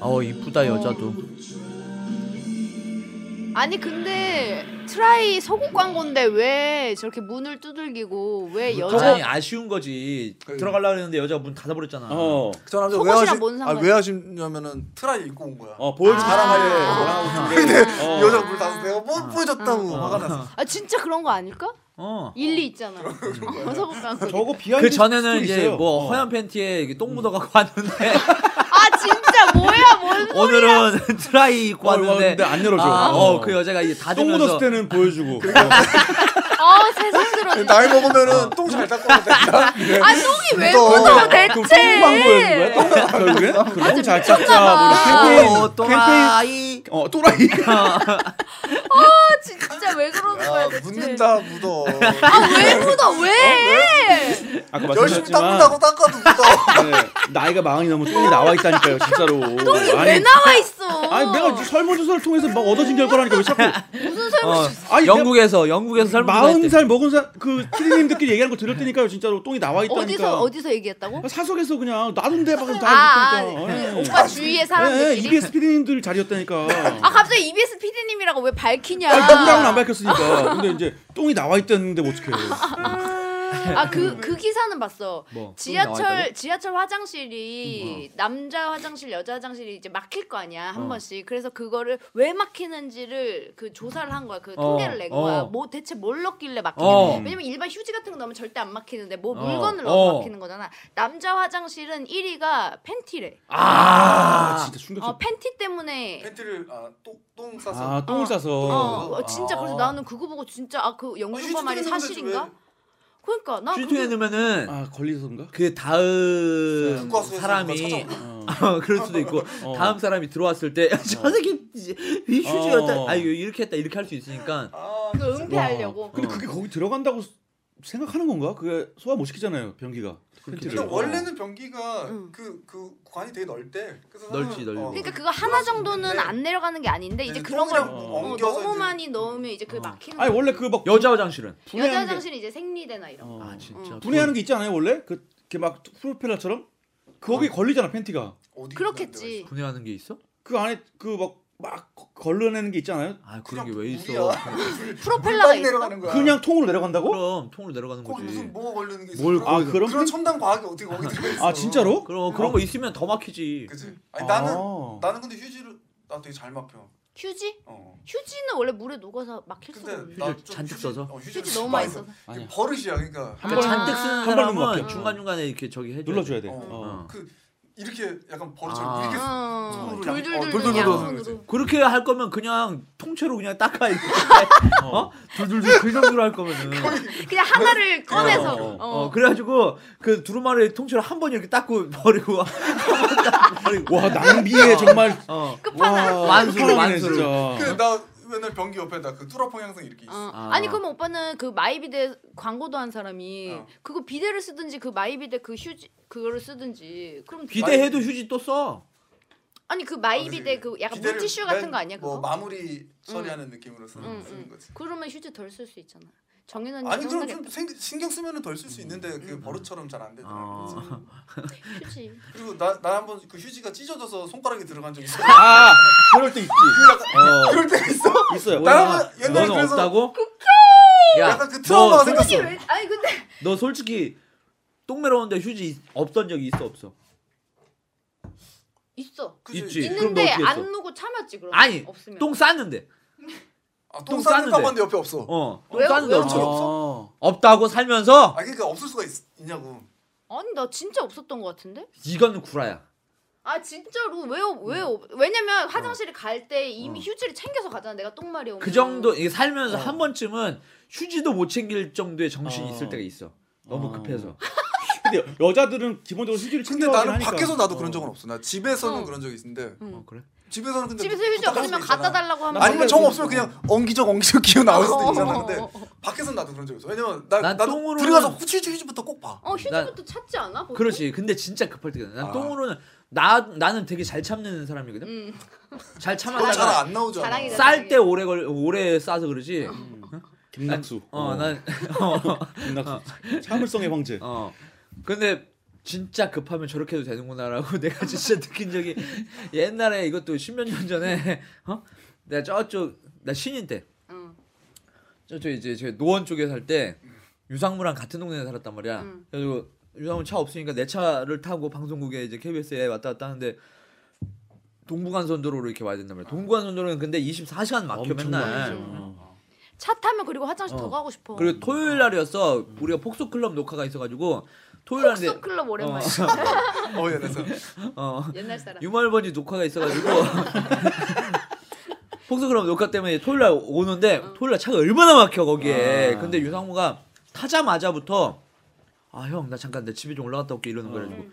S5: 어 이쁘다 여자도.
S3: 아니 근데 트라이 서구 광고인데 왜 저렇게 문을 두들기고 왜 여자
S5: 아니 아쉬운 거지
S4: 그래.
S5: 들어가려고 했는데 여자가 문 닫아버렸잖아
S2: 어,
S4: 저 남자 왜
S3: 속옷이랑
S4: 하시
S3: 뭔
S4: 아,
S3: 상관이야?
S4: 왜 하시냐면은 트라이 입고 온 거야.
S2: 어 보여주
S4: 자랑하려
S3: 아.
S2: 아.
S4: 고 근데
S2: 어.
S4: 여자 물 닫아서 내가 못 보여줬다고 화가 어. 났어.
S3: 아 진짜 그런 거 아닐까?
S5: 어.
S3: 일리 있잖아. 어, 서구 광고.
S2: 저거 비하인드
S5: 그 전에는
S2: 스토리
S5: 이제
S2: 있어요.
S5: 뭐
S2: 어. 음.
S5: 허연 팬티에 이게 똥 묻어갖고 왔는데
S3: 아 진짜 뭐야 뭔
S5: 오늘은 트라이 입고
S2: 어,
S5: 왔는데
S2: 왔는데 안 열어줘.
S5: 아,
S2: 어.
S5: 어, 그 여자가 이제
S2: 똥
S5: 닫으면서
S2: 묻었을 때는 보여주고
S3: 어, 세상
S2: 아,
S3: 들었네.
S4: 나이 먹으면은 똥 잘 닦고 된다.
S3: 아 똥이 왜
S4: 또.
S3: 묻어
S2: 그럼 똥 광고였는
S3: 대체?
S2: 거야? 똥 결국엔? 그럼 잘 짰다 뭐 이런 캠페인
S5: 어, 또라이
S2: 어 또라이
S3: 아, 진짜 왜
S2: 아,
S3: 그러는 거야
S4: 야,
S3: 대체? 아,
S4: 아, 묻는다 묻어.
S3: 왜 묻어 왜?
S2: 아까
S4: 열심히
S2: 말씀드렸지만
S4: 닦는다고 닦아도 묻어.
S2: 네, 나이가 마흔이 넘으면 똥이 나와 있다니까요 진짜로 똥이
S3: 왜 나와 있어?
S2: 아니 내가 설문조사를 통해서 막 얻어진 결과라니까 왜 자꾸
S3: 무슨 설마
S5: 어,
S2: 아니, 그
S5: 영국에서 영국에서 삶은
S2: 마흔 살 먹은 살그 피디님들끼리 얘기하는 거 들을 테니까요 진짜로 똥이 나와 있다니까
S3: 어디서 어디서 얘기했다고?
S2: 사석에서 그냥 놔둔데 막
S3: 아, 아,
S2: 다 어,
S3: 그
S2: 듣고 있다
S3: 오빠 주위의 사람들끼리.
S2: 예, EBS 피디님들 자리였다니까
S3: 아 갑자기 EBS PD님이라고 왜 밝히냐?
S2: 아니 누구랑은 안 밝혔으니까 근데 이제 똥이 나와 있다는데 뭐 어떡해
S3: 아 그 그 기사는 봤어.
S5: 뭐, 똥이 나와
S3: 그 지하철
S5: 있다고? 음,
S3: 지하철 화장실이 남자 화장실 여자 화장실이 이제 막힐 거 아니야 한
S5: 어.
S3: 번씩. 그래서 그거를 왜 막히는지를 그 조사를 한 거야. 그
S5: 어,
S3: 통계를 낸 거야.
S5: 어.
S3: 뭐 대체 뭘 넣길래 막히는지.
S5: 어.
S3: 왜냐면 일반 휴지 같은 거 넣으면 절대 안 막히는데 뭐
S5: 어.
S3: 물건을 넣어
S5: 어.
S3: 막히는 거잖아. 남자 화장실은 1위가 팬티래.
S2: 아
S5: 아
S2: 진짜 충격적
S3: 어, 팬티 때문에
S4: 팬티를 아, 똥, 똥 싸서.
S2: 아 똥을
S3: 어.
S2: 싸서
S3: 어, 어, 진짜
S5: 아.
S3: 그래서 나는 그거 보고 진짜 아 그 영준 오빠 말이 사실인가? 그러니까 나
S5: 슈팅에
S3: 그게
S5: 넣으면은
S2: 아 네. 걸리서인가
S5: 그 다음
S4: 국과수에서
S5: 사람이
S4: 누가 찾아오나?
S2: 어.
S5: 어, 그럴 수도 있고
S2: 어.
S5: 다음 사람이 들어왔을 때저 새끼 이제 이 휴지였다
S2: 어.
S5: 아 이거 이렇게 했다 이렇게 할 수 있으니까
S4: 아,
S3: 그 은폐하려고.
S2: 근데 그게 거기 들어간다고 생각하는 건가? 그게 소화 못 시키잖아요 변기가
S4: 근데
S2: 팬티를
S4: 그러니까 원래는 변기가
S3: 응.
S4: 그 그 관이 되게 넓대. 그래서 사람은-
S5: 넓지,
S4: 어,
S5: 넓고.
S3: 음. 그러니까 그거 하나 정도는
S4: 있는데
S3: 안 내려가는 게 아닌데 이제
S4: 이제
S3: 그런 걸
S4: 똥이랑
S3: 어,
S4: 네. 엉겨서
S3: 너무
S4: 이제-
S3: 많이 넣으면 이제
S4: 어.
S3: 그게 막히는
S2: 아니
S3: 거야.
S2: 원래 그막
S5: 여자 화장실은
S3: 여자 화장실이 이제 생리대나 이런 거.
S5: 아 진짜
S2: 어. 음. 분해하는 게 있지 않아요 원래? 그, 이렇게 막 프로펠러처럼 그
S4: 어.
S2: 거기 걸리잖아 팬티가
S4: 어디
S3: 그렇겠지.
S5: 분해하는 게 있어?
S2: 그 안에 그 막 막 걸러내는 게 있잖아요
S5: 아
S4: 그냥
S5: 그런 게 왜 있어?
S4: 물이야.
S3: 프로펠러가
S4: 네, 물빨리
S3: 있어.
S4: 내려가는 거야.
S2: 그냥 통으로 내려간다고?
S5: 아, 그럼 통으로 내려가는
S4: 거기 무슨
S5: 거지.
S4: 뭐가 걸리는 게 있어.
S2: 뭘-
S4: 그런-
S2: 아, 그런
S4: 그런
S2: 팬-
S4: 첨단 과학이 어떻게 거기 들어 있어.
S2: 아 진짜로?
S5: 그럼 그런 거 있으면 더 막히지.
S4: 그지. 아니 나는
S2: 아.
S4: 나는 근데 휴지를 나 되게 잘 막혀.
S3: 휴지?
S4: 어.
S3: 휴지는 원래 물에 녹아서 막힐 수가
S4: 근데
S3: 없는.
S4: 나
S5: 휴지를
S4: 좀
S5: 잔뜩
S4: 휴지-
S5: 써서?
S4: 어, 휴지를
S3: 휴지 너무
S4: 많이
S3: 많이 써서.
S4: 써.
S2: 아니야.
S4: 버릇이야 그러니까.
S5: 그러니까
S3: 아.
S5: 잔뜩 쓰는
S2: 한 번은
S5: 사람은
S2: 막혀.
S5: 중간 중간에 이렇게 저기 해줘.
S2: 네. 눌러 줘야 돼.
S4: 어.
S2: 어.
S4: 그 이렇게 약간 버릇처럼
S5: 아.
S4: 이렇게 써.
S3: 어,
S4: 손으로 양- 어,
S3: 돌돌돌돌
S4: 돌돌돌돌
S3: 양손으로.
S5: 그렇게 할 거면 그냥 통째로 그냥 닦아 이렇게. 어? 둘둘둘 그 정도로 할 거면은.
S3: 그냥 하나를 꺼내서.
S5: 어,
S3: 어.
S5: 어, 그래가지고 그 두루마리 통째로 한 번 이렇게 닦고 버리고 한번 닦고 버리고.
S2: 와 낭비에 정말
S5: 어.
S4: 그
S3: 끝판왕.
S2: 와,
S5: 완수로,
S2: 끝판왕이네, 진짜.
S5: 완수로.
S4: 근데 그 나 맨날 변기 옆에다 그 뚜라퐁 항상 이렇게 있어.
S3: 어.
S5: 아.
S3: 아니 그러면 오빠는 그 마이비데 광고도 한 사람이
S4: 어.
S3: 그거 비데를 쓰든지 그 마이비데 그 휴지 그거를 쓰든지 그럼
S5: 비대해도 휴지 또 써.
S3: 아니 그 마이비데 그 약간
S4: 기대를-
S3: 물티슈
S4: 맨
S3: 같은 거 아니야 그거? 음.
S4: 뭐 마무리 처리하는 느낌으로 쓰는,
S3: 응,
S4: 쓰는
S3: 응.
S4: 거지.
S3: 그러면 휴지 덜 쓸 수 있잖아. 정현 언니
S4: 아니 그럼
S3: 음, 생각했다. 음.
S4: 좀 생, 신경 쓰면은 덜 쓸 수 있는데 그게 버릇처럼 잘 안 되더라고.
S5: 어.
S3: 휴지.
S4: 그리고 나 나 한 번 그 휴지가 찢어져서 손가락이 들어간 적 있어.
S2: 아 그럴 때 있지. 어
S4: 그럴 때 있어.
S2: 있어요.
S4: 나는 옛날에
S5: 너는
S4: 그래서-
S5: 없다고? 야,
S4: 약간 그 트라우마가
S5: 너
S4: 생겼어.
S9: 왜- 아니 근데
S5: 너 솔직히 똥 매러운데 휴지 있- 없던 적이 있어 없어?
S9: 있어.
S4: 그치?
S5: 있지. 그럼 너
S9: 있는데
S5: 어떻게 했어?
S9: 안 누고 참았지 그럼.
S5: 아니,
S9: 없으면.
S5: 똥 쌌는데.
S4: 아,
S5: 똥
S4: 똥 싸는
S5: 쌌는데.
S4: 가봤는데 옆에 없어.
S5: 어. 똥
S9: 왜요?
S5: 쌌는데
S9: 왜요?
S5: 없어.
S4: 아.
S5: 없다고 살면서
S4: 아 그러니까 없을 수가 있, 냐고
S9: 아니 나 진짜 없었던 것 같은데?
S5: 이건 구라야.
S9: 아 진짜로 왜왜
S5: 음.
S9: 왜냐면 화장실에 갈 때 이미 휴지를 챙겨서 가잖아 내가 똥말이 오면.
S5: 어. 그 정도 이게 살면서
S2: 어.
S5: 한 번쯤은 휴지도 못 챙길 정도의 정신이
S2: 어.
S5: 있을 때가 있어. 너무
S2: 어.
S5: 급해서.
S2: 근데 여자들은 기본적으로 휴지를 챙겨
S4: 근데 나는
S2: 하니까.
S4: 밖에서 나도
S2: 어.
S4: 그런 적은 없어. 나 집에서는
S9: 어.
S4: 그런 적이 있는데
S9: 응.
S5: 어, 그래?
S4: 집에서는 근데
S9: 집에서 휴지
S4: 부탁할
S9: 없으면
S4: 수도 있잖아.
S9: 갖다 달라고 하면
S4: 아니면
S2: 나는
S4: 정
S2: 그래서-
S4: 없으면 그냥 엉기적 엉기적 기어 나올 수도 있잖아. 근데
S9: 어, 어,
S4: 밖에서는 나도 그런 적 있어. 왜냐면 나,
S5: 난
S4: 나도
S5: 똥으로는-
S4: 들어가서 후치 휴지부터 꼭 봐.
S9: 어. 어, 휴지부터 찾지 않아? 보통?
S5: 그렇지. 근데 진짜 급할 때가 있어. 난
S4: 아.
S5: 똥으로는 나 나는 되게 잘 참는 사람이거든.
S9: 음.
S5: 잘
S4: 그거
S5: 참았다가
S4: 잘안 나오죠.
S9: 자랑이다.
S5: 쌀 때 오래 걸 오래 싸서 그러지.
S2: 김낙수.
S5: 어, 난
S2: 김낙수. 참을성의 황제.
S5: 어. 근데 진짜 급하면 저렇게 해도 되는구나라고 내가 진짜 느낀 적이 옛날에 이것도 십몇 년 전에 어? 내가 저쪽 나 신인 때
S9: 응.
S5: 저쪽 이제 제 노원 쪽에 살 때 유상무랑 같은 동네에 살았단 말이야.
S9: 음.
S5: 그래서 유상무 차 없으니까 내 차를 타고 방송국에 이제 KBS에 왔다 갔다 하는데 동부간선도로로 이렇게 와야 된단 말이야. 동부간선도로는 근데 24시간 막혀
S2: 엄청
S5: 맨날.
S2: 많죠.
S9: 차 타면 그리고 화장실
S5: 어.
S9: 더 가고 싶어.
S5: 그리고 토요일 날이었어. 우리가 폭소 클럽 녹화가 있어가지고 토요일 날인데
S9: 폭스 클럽 오랜만에.
S4: 어, 예, 그래서
S5: 어
S9: 옛날 사람.
S5: 유말번지 녹화가 있어가지고 폭소 클럽 녹화 때문에 토요일 날 오는데 토요일 날 차가 얼마나 막혀 거기에.
S2: 아.
S5: 근데 유상무가 타자마자부터 아 형 나 잠깐 내 집에 좀 올라갔다 올게 이러는 거야. 가지고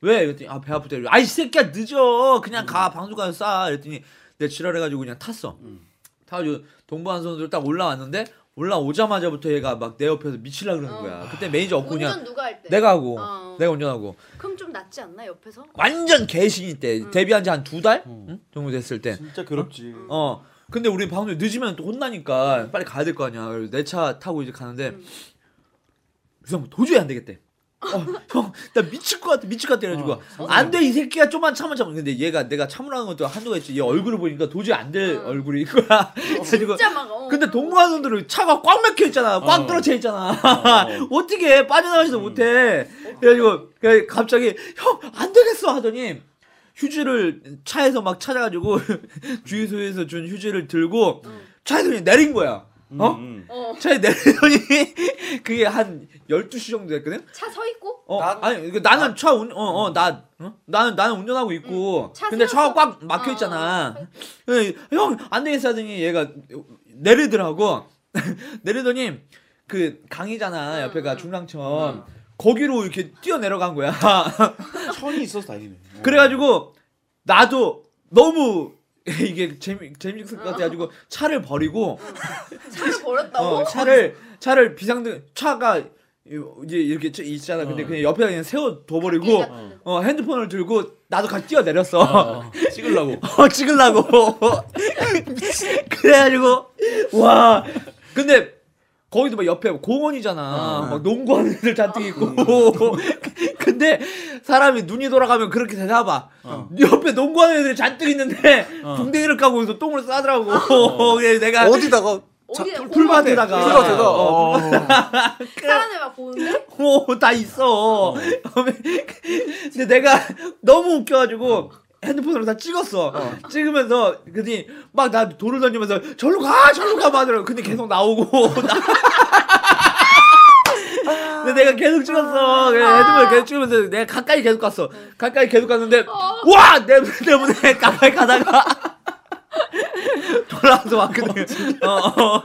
S5: 왜? 이랬더니 아배 아프대. 아이 새끼야 늦어. 그냥 가 방송 가서 싸. 이랬더니 내 지랄해가지고 그냥 탔어. 타가지고 동부한선으로 딱 올라왔는데 올라오자마자부터 얘가 막 내 옆에서 미칠라 그러는
S9: 어.
S5: 거야. 그때 매니저 없고 그냥
S9: 운전 누가 할 때?
S5: 내가 하고
S9: 어.
S5: 내가 운전하고
S9: 그럼 좀 낫지 않나 옆에서?
S5: 완전 개신일 때
S9: 음.
S5: 데뷔한 지 한 두 달
S2: 어.
S5: 정도 됐을 때.
S2: 진짜 괴롭지.
S5: 어. 근데 우리 방송 늦으면 또 혼나니까 빨리 가야 될 거 아니야. 내 차 타고 이제 가는데
S9: 음.
S5: 유성 도저히 안 되겠대. 어, 형, 나 미칠 것 같아, 미칠 것 같아. 그래가지고,
S2: 어,
S5: 안 돼, 이 새끼야, 좀만 참아, 참아. 근데 얘가 내가 참으라는 것도 한도가 있지. 얘 얼굴을 보니까 도저히 안 될
S9: 어.
S5: 얼굴인 거야. 그래가지고,
S9: 진짜 막. 어.
S5: 근데 동부하선도로 차가 꽉 막혀 있잖아. 꽉
S2: 어.
S5: 떨어져 있잖아.
S2: 어.
S5: 어떻게 빠져나가지도 못해. 그래가지고 그냥 갑자기 형 안 되겠어 하더니 휴지를 차에서 막 찾아가지고 주유소에서 준 휴지를 들고 차에서 그냥 내린 거야. 어?
S2: 음,
S9: 어.
S5: 차에 내리더니 그게 한 12시 정도 됐거든?
S9: 차 서 있고?
S5: 어,
S4: 난-
S5: 아니, 그 나는 차 운, 어, 어, 나, 어? 나는, 나는 운전하고 있고,
S9: 차
S5: 근데 차가
S9: 세워서-
S5: 꽉 막혀있잖아. 형, 안 되겠어 하더니 얘가 내리더라고. 내리더니, 그, 강이잖아,
S9: 응,
S5: 옆에가
S9: 응.
S5: 중랑천. 거기로 이렇게 뛰어내려간 거야.
S2: 천이 있어서 다행이네. 어.
S5: 그래가지고, 나도 너무, 이게 재미, 재밌을 것 같아가지고, 차를 버리고,
S9: 차를 버렸다고?
S5: 어, 차를 차를 비상등 차가 이제 이렇게 쭉 있잖아. 근데
S2: 어.
S5: 그냥 옆에 그냥 세워
S3: 아,
S5: 둬버리고
S9: 얘가 또-
S5: 어, 핸드폰을 들고 나도 같이 뛰어 내렸어. 어.
S2: 찍으려고.
S5: 찍으려고. 그래가지고 와. 근데 거기도 막 옆에 공원이잖아.
S4: 어.
S5: 막 농구하는 애들 잔뜩
S2: 어,
S5: 있고. 근데 사람이 눈이 돌아가면 그렇게 되나 봐.
S2: 어.
S5: 옆에 농구하는 애들 잔뜩 있는데
S2: 어.
S5: 붕대기를 까고 여기서 똥을 싸더라고. 그래서 내가
S4: 어디다가 자,
S9: 어디야?
S3: 아,
S5: 풀밭에다가
S4: 풀밭에다
S5: 어,
S4: 어,
S9: 뭐 사람을 막 보는데?
S5: 오 다 있어. 근데 내가 너무 웃겨가지고 핸드폰으로 다 어. 찍었어. 찍으면서 그니 막 나 돌을 던지면서 절로 가, 절로 가 하더라고. 근데 계속 나오고. 나- 근데 내가 계속 찍었어. 그래서 핸드폰 계속 찍으면서 내가 가까이 계속 갔어. 가까이 계속 갔는데 와! 내 때문에 가까이 가다가 돌아와서 왔거든. 어, 어.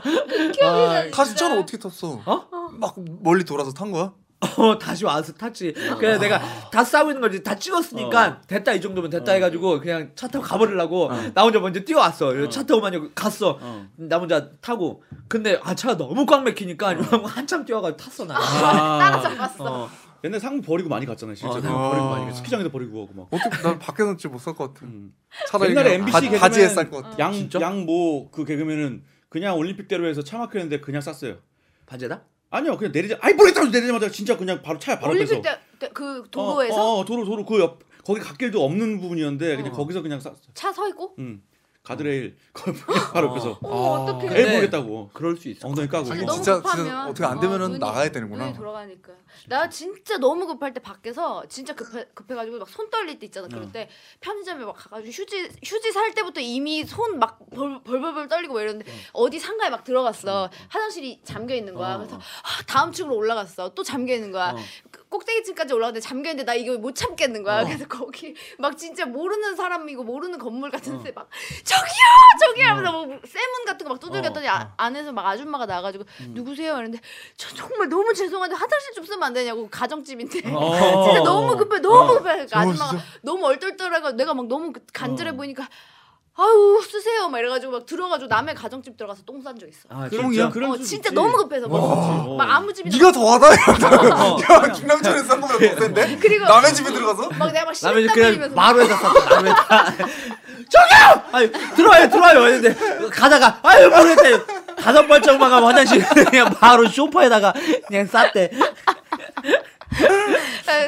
S5: 아,
S4: 다시 전 어떻게 탔어?
S5: 어?
S4: 막 멀리 돌아서 탄 거야?
S5: 어, 다시 와서 탔지. 그래서 내가 다 싸고 있는 거지. 다 찍었으니까 됐다 이 정도면 됐다 해가지고 그냥 차 타고 가버리려고 나 혼자 먼저 어. 뛰어왔어. 그래서 차 타고 만약 갔어.
S2: 어.
S5: 나 혼자 타고. 근데 아 차가 너무 꽉 막히니까 한참 뛰어가지고 어. 탔어 나.
S2: 아,
S9: 따라잡 갔어.
S5: 어.
S2: 옛날 상 버리고 많이 갔잖아요, 진짜.
S5: 어,
S2: 상
S4: 어.
S2: 버리고 많이. 가. 스키장에도 버리고 하고 막.
S4: 어떻게 난 밖에서 못살 것 같아.
S2: 음.
S4: 차라리
S2: 옛날에
S4: 그냥
S2: MBC
S4: 바,
S2: 개그맨-
S4: 바지에 쌀것
S9: 어.
S4: 같아.
S2: 양
S5: 진짜?
S2: 양 모 그 개그맨은 그냥 올림픽대로에서 차 막혔는데 그냥 쌌어요.
S5: 바제다?
S2: 아니요, 그냥 내리자. 아이 모르겠다고 내리자마자 진짜 그냥 바로 차에 바로
S9: 올림픽
S2: 빼서.
S9: 때 그 도로에서
S2: 어, 어, 도로 도로 그 옆 거기 갓길도 없는 부분이었는데 그냥
S9: 어.
S2: 거기서 그냥 쌌어.
S9: 차 서 있고?
S2: 음. 가드레일 거의 바로 옆에서
S5: 아.
S3: 어머, 어떡해.
S2: 애
S5: 어. 근데
S2: 보겠다고
S5: 그럴 수 있어.
S2: 엉덩이 까고
S3: 근데
S4: 아니,
S3: 너무
S4: 진짜- 진짜
S3: 급하면 아,
S4: 어떻게 안 되면은 나가야 되는구나.
S3: 눈이 돌아가니까. 나 진짜 너무 급할 때 밖에서 진짜 급해 급해가지고 막 손 떨릴 때 있잖아.
S5: 어.
S3: 그럴 때 편의점에 막 가가지고 휴지 휴지 살 때부터 이미 손 막 벌벌벌 떨리고 막 이러는데 어. 디 상가에 막 들어갔어. 화장실이 잠겨 있는 거야.
S5: 어,
S3: 그래서
S5: 어.
S3: 아, 다음 층으로 올라갔어. 또 잠겨 있는 거야.
S5: 어.
S3: 그 꼭대기층까지 올라갔는데 잠겨 있는데 나 이거 못 참겠는 거야.
S5: 어.
S3: 그래서 거기 막 진짜 모르는 사람이고 모르는 건물 같은데 막 저기요 저기요 하면서 뭐 쇠문 같은 거 막 두들겼더니 아- 안에서 막 아줌마가 나와가지고 누구세요? 이러는데 저 정말 너무 죄송한데 화장실 좀 쓰면 안 되냐고 가정집인데
S2: 어.
S3: 진짜 너무 급해 너무 급해 그
S4: 어,
S3: 아줌마가
S4: 진짜?
S3: 너무 얼떨떨해가 내가 막 너무 그 간절해 보이니까 아우 쓰세요 막 이래가지고 막 들어가지고 남의 가정집 들어가서 똥 싼 적 있어.
S5: 아,
S2: 그런
S5: 진짜?
S2: 야, 그런
S3: 어
S2: 수도
S3: 진짜
S2: 있지.
S3: 너무 급해서 막,
S2: 어.
S3: 막 아무 집이나
S4: 네가 더하다
S5: 어.
S4: 야. 김남철에 싼 거보다 더 센데?
S3: 그리고
S4: 남의 집에 들어가서?
S3: 막 내가 막
S5: 남의
S3: 싫다
S5: 집
S3: 그리면서
S5: 그냥 마루에다 쌌다. 마루에다. 저기요! 아니 들어와요 들어와요 했는데 가다가 아유 모르겠다. 다섯 발짝만 가면 화장실 그냥 바로 소파에다가 그냥 쌌대.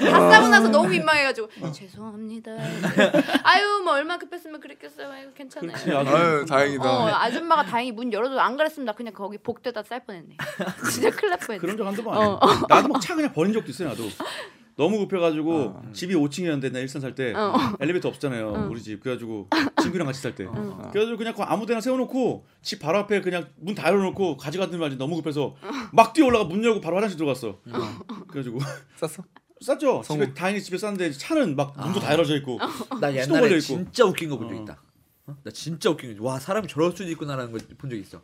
S3: 다 싸고 나서 너무 민망해가지고 아, 죄송합니다. 아유 뭐 얼마 급했으면 그랬겠어요. 아유
S2: 그렇지,
S3: 괜찮아요.
S2: 아주.
S4: 아유
S3: 어
S4: 다행이다.
S3: 아줌마가 다행히 문 열어줘 안 그랬으면 나 그냥 거기 복대다 쌀 뻔했네. 진짜 큰일 날 뻔했네.
S2: 그런 적 한두 번. 어. 나도 막 차 그냥 버린 적도 있어요. 나도 너무 급해가지고
S4: 아.
S2: 집이 5층이었는데 나 일산 살 때
S3: 어.
S2: 엘리베이터 없잖아요. 우리 집 그래가지고 친구랑 같이 살 때.
S4: 어.
S2: 그래가지고 그냥 그 아무데나 세워놓고 집 바로 앞에 그냥 문 다 열어놓고 가져갔더니 말이 너무 급해서 막 뛰어 올라가 문 열고 바로 화장실 들어갔어. 그래가지고
S4: 쌌어?
S2: 쌌죠.
S4: 성공.
S2: 집에 다행히 집에 쌌는데 차는 막 문도 다 열어져 있고.
S5: 나
S2: 시동 걸려
S5: 옛날에
S2: 있고.
S5: 진짜 웃긴 거 본 적
S2: 어.
S5: 있다. 어? 나 진짜 웃긴 거. 와 사람이 저럴 수도 있구나라는 걸 본 적 있어.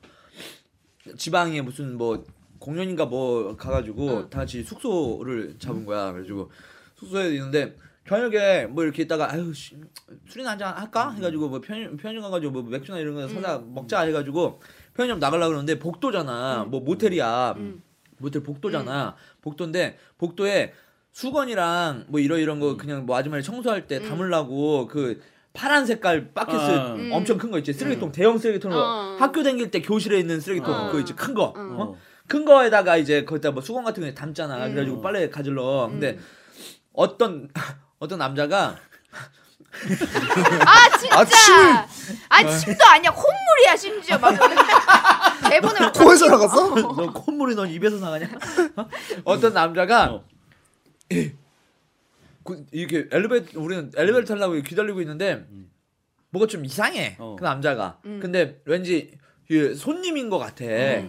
S5: 지방에 무슨 뭐 공연인가 뭐 가가지고 다 같이 숙소를 잡은 거야. 그래가지고 숙소에 있는데 저녁에 뭐 이렇게 있다가 아유 씨, 술이나 한잔 할까 해가지고 뭐 편의 편의점 가가지고 뭐 맥주나 이런 거 사다 먹자 해가지고 편의점 나가려 그러는데 복도잖아. 뭐 모텔이야. 모텔 복도잖아. 복도인데 복도에 수건이랑 뭐 이러 이런 거 그냥 뭐 아줌마를 청소할 때 담으려고 그 파란 색깔 바켓
S2: 아.
S3: 음.
S5: 엄청 큰 거 있지 쓰레기통 대형 쓰레기통으로
S3: 어.
S5: 학교 다닐 때 교실에 있는 쓰레기통
S3: 어.
S5: 그거 있지 큰 거.
S3: 어.
S5: 어? 큰 거에다가 이제 거기다 뭐 수건 같은 거 담잖아.
S3: 음.
S5: 그래가지고 빨래 가질러. 근데 어떤 어떤 남자가
S3: 아 진짜.
S4: 아,
S3: 아, 침도 아니야 콧물이야 심지어 막 대본에 막
S4: 코에서 나갔어?
S5: 너 콧물이 넌 입에서 나가냐? 어? 어떤 남자가
S2: 어.
S5: 그- 이렇게 엘리베이터 우리는 엘리베이터 타려고 기다리고 있는데 뭐가 좀 이상해
S2: 어.
S5: 그 남자가
S3: 음.
S5: 근데 왠지 이 손님인 것 같아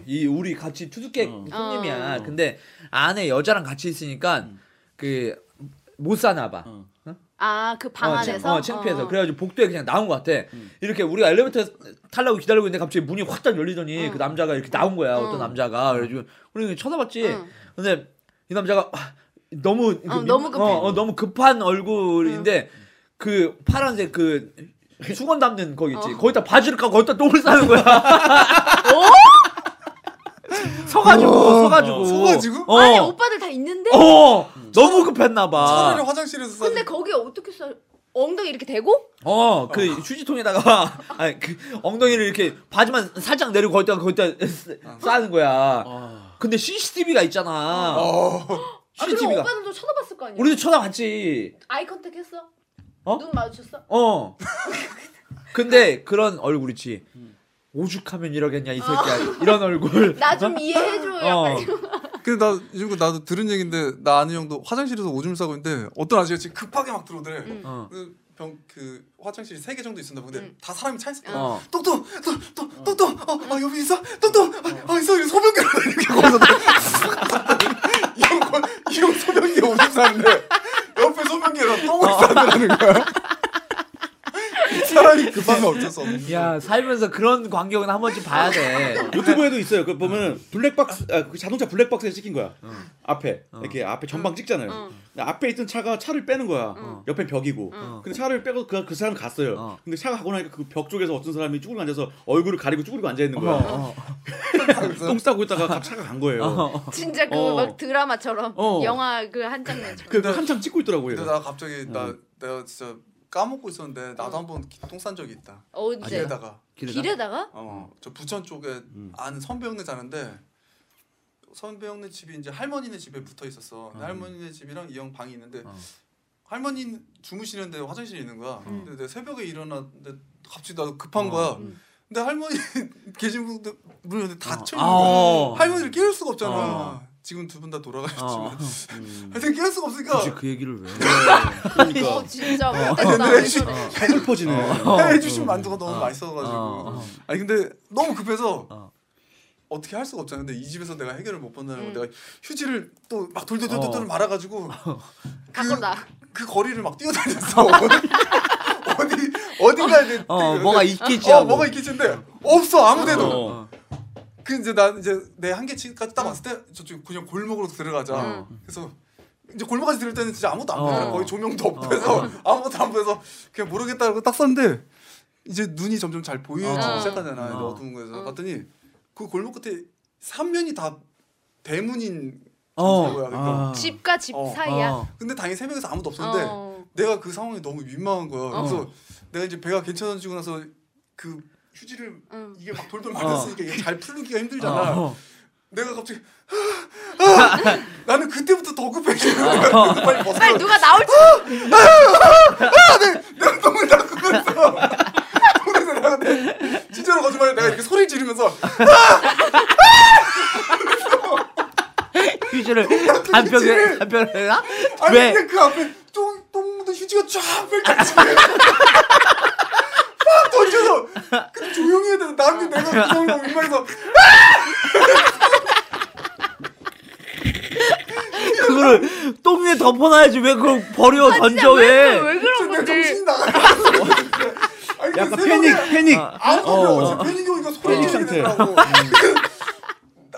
S5: 이 우리 같이 투숙객
S2: 어.
S5: 손님이야
S2: 어.
S5: 근데 안에 여자랑 같이 있으니까 그 못 사나 봐.
S2: 어.
S3: 아그 방
S5: 어, 창-
S3: 안에서
S5: 어,
S3: 어.
S5: 창피해서.
S3: 음.
S5: 그래가지고 복도에 그냥 나온 것 같아. 이렇게 우리가 엘리베이터 타려고 기다리고 있는데 갑자기 문이 확 딱
S3: 어.
S5: 열리더니 그 남자가 이렇게 나온 거야. 어. 떤 남자가. 그래가지고 우리는 쳐다봤지.
S3: 응.
S5: 근데 이 남자가 아, 너무 그
S3: 어,
S5: 민-
S3: 너무 급해. 어.
S5: 어, 어, 너무 급한 얼굴인데 그 파란색 그 수건 담는 거기 있지.
S3: 어.
S5: 거기다 바지를 까고 거기다 똥을 싸는 거야. 서가지고 서가지고
S4: 서가지고?
S5: 어.
S3: 어. 아니 오빠들 다 있는데
S5: 어 너무 급했나 봐.
S4: 차라리 화장실에서 싸.
S3: 근데 거기 어떻게 써 엉덩이 이렇게 대고
S5: 어, 그 휴지통에다가 아니, 그 엉덩이를 이렇게 바지만 살짝 내리고 거기다 거기다 쓰-
S4: 어.
S5: 싸는 거야. 근데 CCTV가 있잖아.
S4: 어.
S3: 아 그럼
S5: CCTV가.
S3: 오빠들도 쳐다봤을 거 아니야
S5: 우리도 쳐다봤지.
S3: 아이 컨택 했어
S5: 어?
S3: 눈 마주쳤어
S5: 어. 근데 그런 얼굴이지.
S4: 음.
S5: 오죽하면 이러겠냐 이 새끼야. 이런 얼굴.
S3: 나 좀 이해해줘
S5: 어.
S3: 약간 이런
S4: 근데 나 요즘 나도 들은 얘긴데 나 아는 형도 화장실에서 오줌 싸고 있는데 어떤 아저씨가 지금 급하게 막 들어오더래.
S3: 음.
S5: 어.
S4: 그 병, 그 화장실이 세개 정도 있었나 근데
S3: 응.
S4: 다 사람이 차 있었거든.
S5: 어.
S4: 똑똑, 똑똑, 똑똑, 어, 아 여기 있어, 똑똑, 아, 아 있어, 소변기를 이렇게 거기서 이런 거, 이런 소변기 오줌 싸는데 옆에 소변기랑 똥을
S5: 어.
S4: 싸더라는 거야. 이 사람이 급하면 어쩔 수 없는.
S5: 야 살면서 그런 광경은 한 번쯤 봐야 돼.
S2: 유튜브에도 있어요. 그 보면은 블랙박스 아, 그 자동차 블랙박스에 찍힌 거야. 앞에 이렇게 앞에 전방 찍잖아요. 근데 앞에 있던 차가 차를 빼는 거야. 옆에 벽이고. 근데 차를 빼고 그, 그 사람 갔어요.
S5: 어.
S2: 근데 차가 가고 나니까 그 벽 쪽에서 어떤 사람이 쭈그리고 앉아서 얼굴을 가리고 쭈그리고 앉아 있는 거야.
S5: 어,
S2: 똥 싸고 있다가 갑 차가 간 거예요.
S5: 어.
S3: 진짜 그
S2: 어.
S3: 막 드라마처럼
S2: 어.
S3: 영화 그 한 장면처럼
S2: 그 한참 찍고 있더라고요.
S4: 근데 나 갑자기 나 내가 진짜 까먹고 있었는데
S3: 음.
S4: 나도 한번 똥싼 적이 있다.
S3: 언제
S4: 길에다가.
S5: 길에다?
S3: 어, 길에다가
S4: 어,
S5: 음.
S4: 저 부천 쪽에 아는 선배 형네 사는데
S5: 음.
S4: 선배 형네 집이 이제 할머니네 집에 붙어 있었어. 근데 할머니네 집이랑 이 형 방이 있는데 할머니 주무시는데 화장실에 있는 거야.
S5: 음. 어.
S4: 근데 내가 새벽에 일어났는데 갑자기 나도 급한 거야. 근데 할머니 계신 분들 문에 닫혀 있는 거야.
S5: 아,
S4: 할머니를 깨울 수가 없잖아.
S5: 어.
S4: 지금 두 분 다
S5: 어.
S4: 돌아가셨지만 하여튼 깨울 수가 없으니까
S5: 굳이 그 얘기를 왜? 그러니까.
S3: 어, 진짜
S4: 그러니까. 근데
S3: 못됐다.
S4: 애쉬-
S2: 슬퍼지네.
S4: 해주신 만두가 너무
S5: 어.
S4: 맛있어가지고
S5: 어.
S4: 아니 근데 너무 급해서
S5: 어.
S4: 어. 떻게할 수가 없잖아 근데 이 집에서 내가 해결을 못 본다는
S3: 음.
S4: 거 내가 휴지를 또 막 돌돌돌돌
S5: 어.
S4: 말아가지고
S3: 갖고 나.
S4: 그 거리를 막 뛰어다녔어 어디 어딘가에 내-
S5: 어,
S4: 내-
S5: 뭐가
S4: 내-
S5: 있겠지
S4: 어
S5: 하고.
S4: 뭐가 있겠지인데 없어 아무데도
S2: 어.
S4: 그 이제 난 이제 내 한계치까지
S5: 어.
S4: 딱 왔을 때 저쪽 그냥 골목으로 들어가자 그래서 이제 골목까지 들을 때는 진짜 아무도 안
S5: 어.
S4: 보여 거의 조명도 없고 해서 아무도 안 보여서 그냥 모르겠다고 딱 썼는데 이제 눈이 점점 잘 보이기
S5: 어.
S4: 시작하잖아 이제
S5: 어.
S4: 어두운 거에서 봤더니 그 골목 끝에 삼면이 다 대문인
S5: 어.
S4: 거야 그러니까.
S5: 아.
S3: 집과 집
S4: 어.
S3: 사이야.
S5: 어.
S4: 근데 당연히 새벽에서 아무도 없었는데
S3: 어.
S4: 내가 그 상황이 너무 민망한 거야
S5: 어.
S4: 그래서 내가 이제 배가 괜찮아지고 나서 그 휴지를
S3: 응.
S4: 이게 막 돌돌 말았으니까 이게 잘 풀기가 힘들잖아
S5: 어. 어.
S4: 내가 갑자기 아, 나는 그때부터 더 급해지는 거야. 그래서 빨리 벗어.
S3: 빨리 네. 누가 나올지
S4: 내가 똥을 닦고 그랬어. 그래서 내가 내- 진짜로 거짓말해. 내가 이렇게 소리 지르면서
S5: 휴지를 한 병에 한 병에 해라?
S4: 아니
S5: 왜?
S4: 근데 그 앞에 똥 똥도 휴지가 쫙 펼쳐지. 막 던져서 근데 조용히 해야 돼. 나한테 내가 그 상황을 민망해서
S5: 그거를 똥 위에 덮어놔야지 왜 그걸 버려 던져 왜?
S3: 왜 그런
S4: 내
S3: 건지.
S4: 정신이 나가. 아니
S2: 약간
S4: 그 새벽에
S2: 패닉 패닉.
S4: 아무도
S5: 어.
S4: 없어. 괜히 오니까 소리
S2: 패닉
S4: 지르게
S2: 상태. 음.
S4: 되더라고. 나-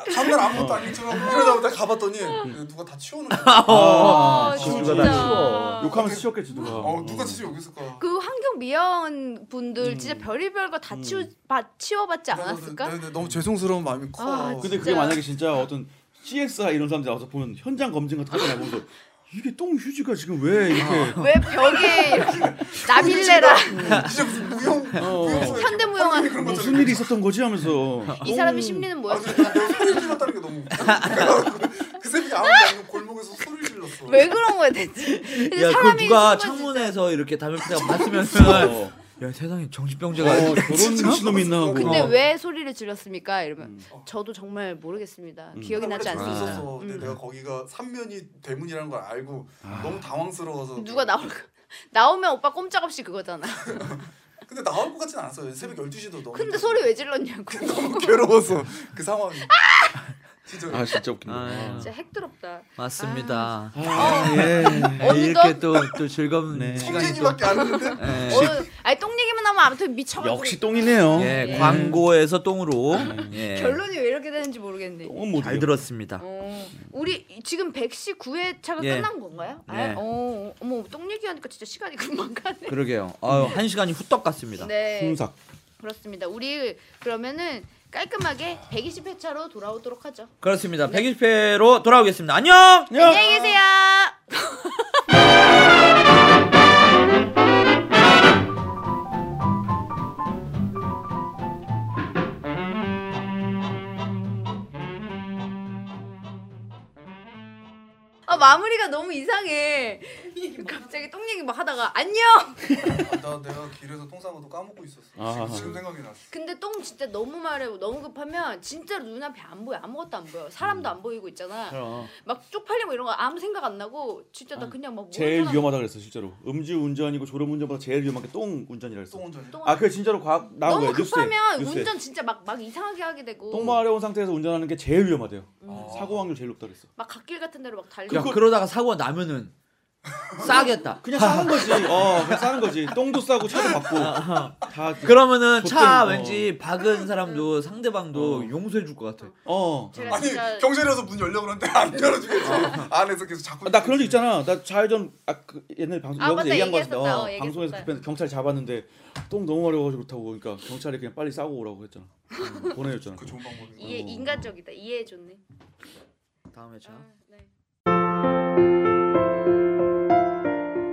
S4: 다음날 아무것도 안 입처럼
S3: 어.
S4: 이러다 보다 가봤더니
S3: 음.
S4: 누가 다 치우는 거야.
S3: 아,
S2: 지수가
S3: 진짜.
S2: 다 치워. 욕하면서 치웠겠지 누가.
S4: 어, 누가 진짜 여기 있을까?
S3: 그 환경 미화원 분들
S5: 음.
S3: 진짜 별의별 거 다 치우 바, 치워봤지 않았을까?
S4: 네, 네, 너무 죄송스러운 마음이 커.
S3: 아,
S2: 근데 그게
S3: 진짜.
S2: 만약에 진짜 어떤 CSI 이런 사람들 나와서 보면 현장 검증 같은 거 하면 보면서 이게 똥 휴지가 지금 왜 이렇게
S3: 왜 벽에 이렇게 나빌레라
S4: 어. 진짜 무슨 무용 무용사 이렇게
S3: 현대무용한
S4: 막 그런
S2: 어. 무슨
S4: 것처럼.
S2: 일이 있었던 거지 하면서
S3: 이
S5: 음.
S3: 사람의 심리는
S4: 아,
S3: 뭐였어?
S4: 근데 내가 소리 질렀다는 게 너무. 웃겨. 그 새끼 아무도 안 있는 골목에서 소리 질렀어.
S3: 왜 그런 거야 대체? 근데
S5: 야, 그걸
S3: 사람이
S5: 누가
S3: 순간
S5: 창문에서 이렇게 담배 피다가
S2: 어,
S5: 봤으면은 야, 세상에 정신병자가
S2: 어, 저런 미친놈이 있나 하고
S3: 근데
S5: 어.
S3: 왜 소리를 질렀습니까? 이러면
S2: 음. 어.
S3: 저도 정말 모르겠습니다. 기억이 나지
S4: 원래
S3: 않습니다. 음.
S4: 있었어. 근데 내가 거기가 삼면이 대문이라는 걸 알고
S2: 아.
S4: 너무 당황스러워서
S3: 누가 나올까? 나오면 오빠 꼼짝없이 그거잖아.
S4: 근데 나올 것 같진 않았어요. 새벽 12시도 너무
S3: 근데 소리 왜 질렀냐고.
S4: 너무 괴로워서 그 상황이 진짜
S2: 아 진짜 웃긴다.
S5: 아,
S3: 진짜 아. 어. 핵더럽다.
S5: 맞습니다.
S2: 예.
S5: 네, 이렇게 또 또 즐거운
S2: 네.
S5: 시간이 또
S4: 성진이밖에 안 했는데
S5: 예.
S3: 오늘 아니 똥 얘기만 하면 아무튼 미쳐가지고
S2: 역시 똥이네요. 네.
S5: 예, 광고에서 똥으로 예.
S3: 결론이 왜 이렇게 되는지 모르겠네.
S2: 똥은 못
S5: 잘
S2: 이겨.
S5: 들었습니다.
S3: 어, 우리 지금 119회차가
S5: 예.
S3: 끝난 건가요?
S5: 예.
S2: 네.
S3: 아, 어, 어머 똥 얘기하니까 진짜 시간이 금방 가네.
S5: 그러게요. 아유, 한 시간이 후떡 갔습니다.
S3: 어. 네.
S2: 순삭.
S5: 예,
S3: 그렇습니다. 우리 그러면은 깔끔하게 120회차로 돌아오도록 하죠.
S5: 그렇습니다. 120회로 돌아오겠습니다. 안녕.
S3: 안녕히 계세요. 아 마무리가 너무 이상해. 갑자기 똥 얘기 막 하다가 안녕.
S4: 나 내가 길에서 똥 싸고도 까먹고 있었어.
S2: 아.
S4: 지금 생각이 났어.
S3: 근데 똥 진짜 너무 말해고 너무 급하면 진짜 눈앞에 안 보여 아무것도 안 보여 사람도 안 보이고 있잖아.
S2: 음.
S3: 막 쪽팔리고 이런 거 아무 생각 안 나고 진짜 나 그냥 막
S2: 제일
S3: 모르잖아.
S2: 위험하다 그랬어 실제로. 음주 운전이고 졸음 운전보다 제일 위험한 게 똥 운전이라
S4: 똥
S2: 그랬어.
S4: 운전해.
S3: 똥-
S2: 아 그게 진짜로 과학 나온
S3: 너무
S2: 거예요 뉴스에.
S3: 급하면
S2: 뉴스에.
S3: 운전 진짜 막 막 이상하게 하게 되고
S2: 똥 마려운 상태에서 운전하는 게 제일 위험하대요.
S3: 음.
S2: 사고 확률 제일 높다 그랬어.
S3: 막 갓길 같은 데로 막 달리고
S5: 야, 그러다가 사고가 나면은 싸겠다.
S2: 그냥 싸는 거지. 어, 그냥 싸는 거지. 똥도 싸고 차도 받고 다.
S5: 그러면은 차
S2: 보통, 어.
S5: 왠지 박은 사람도 상대방도 용서해 줄 것 같아.
S2: 어.
S3: 제가
S4: 아니
S3: 진짜
S4: 경찰이 와서 문 열려 그러는데 안 열어주겠지. 안에서 계속 자꾸.
S2: 아, 나 그런 적 있잖아. 나 좌회전 아, 그 옛날 방송
S3: 아,
S2: 여기서
S3: 맞다.
S2: 얘기한 거 같은데
S3: 얘기했었다.
S2: 어,
S3: 어,
S2: 방송에서
S3: 얘기했었다.
S2: 급해서 경찰 잡았는데 똥 너무 마려워가지고 그렇다고 그러니까 경찰이 그냥 빨리 싸고 오라고 했잖아. 어, 보내줬잖아.
S4: 그 좋은 방법이.
S3: 이해 인간적이다 이해해 줬네.
S5: 다음에 차.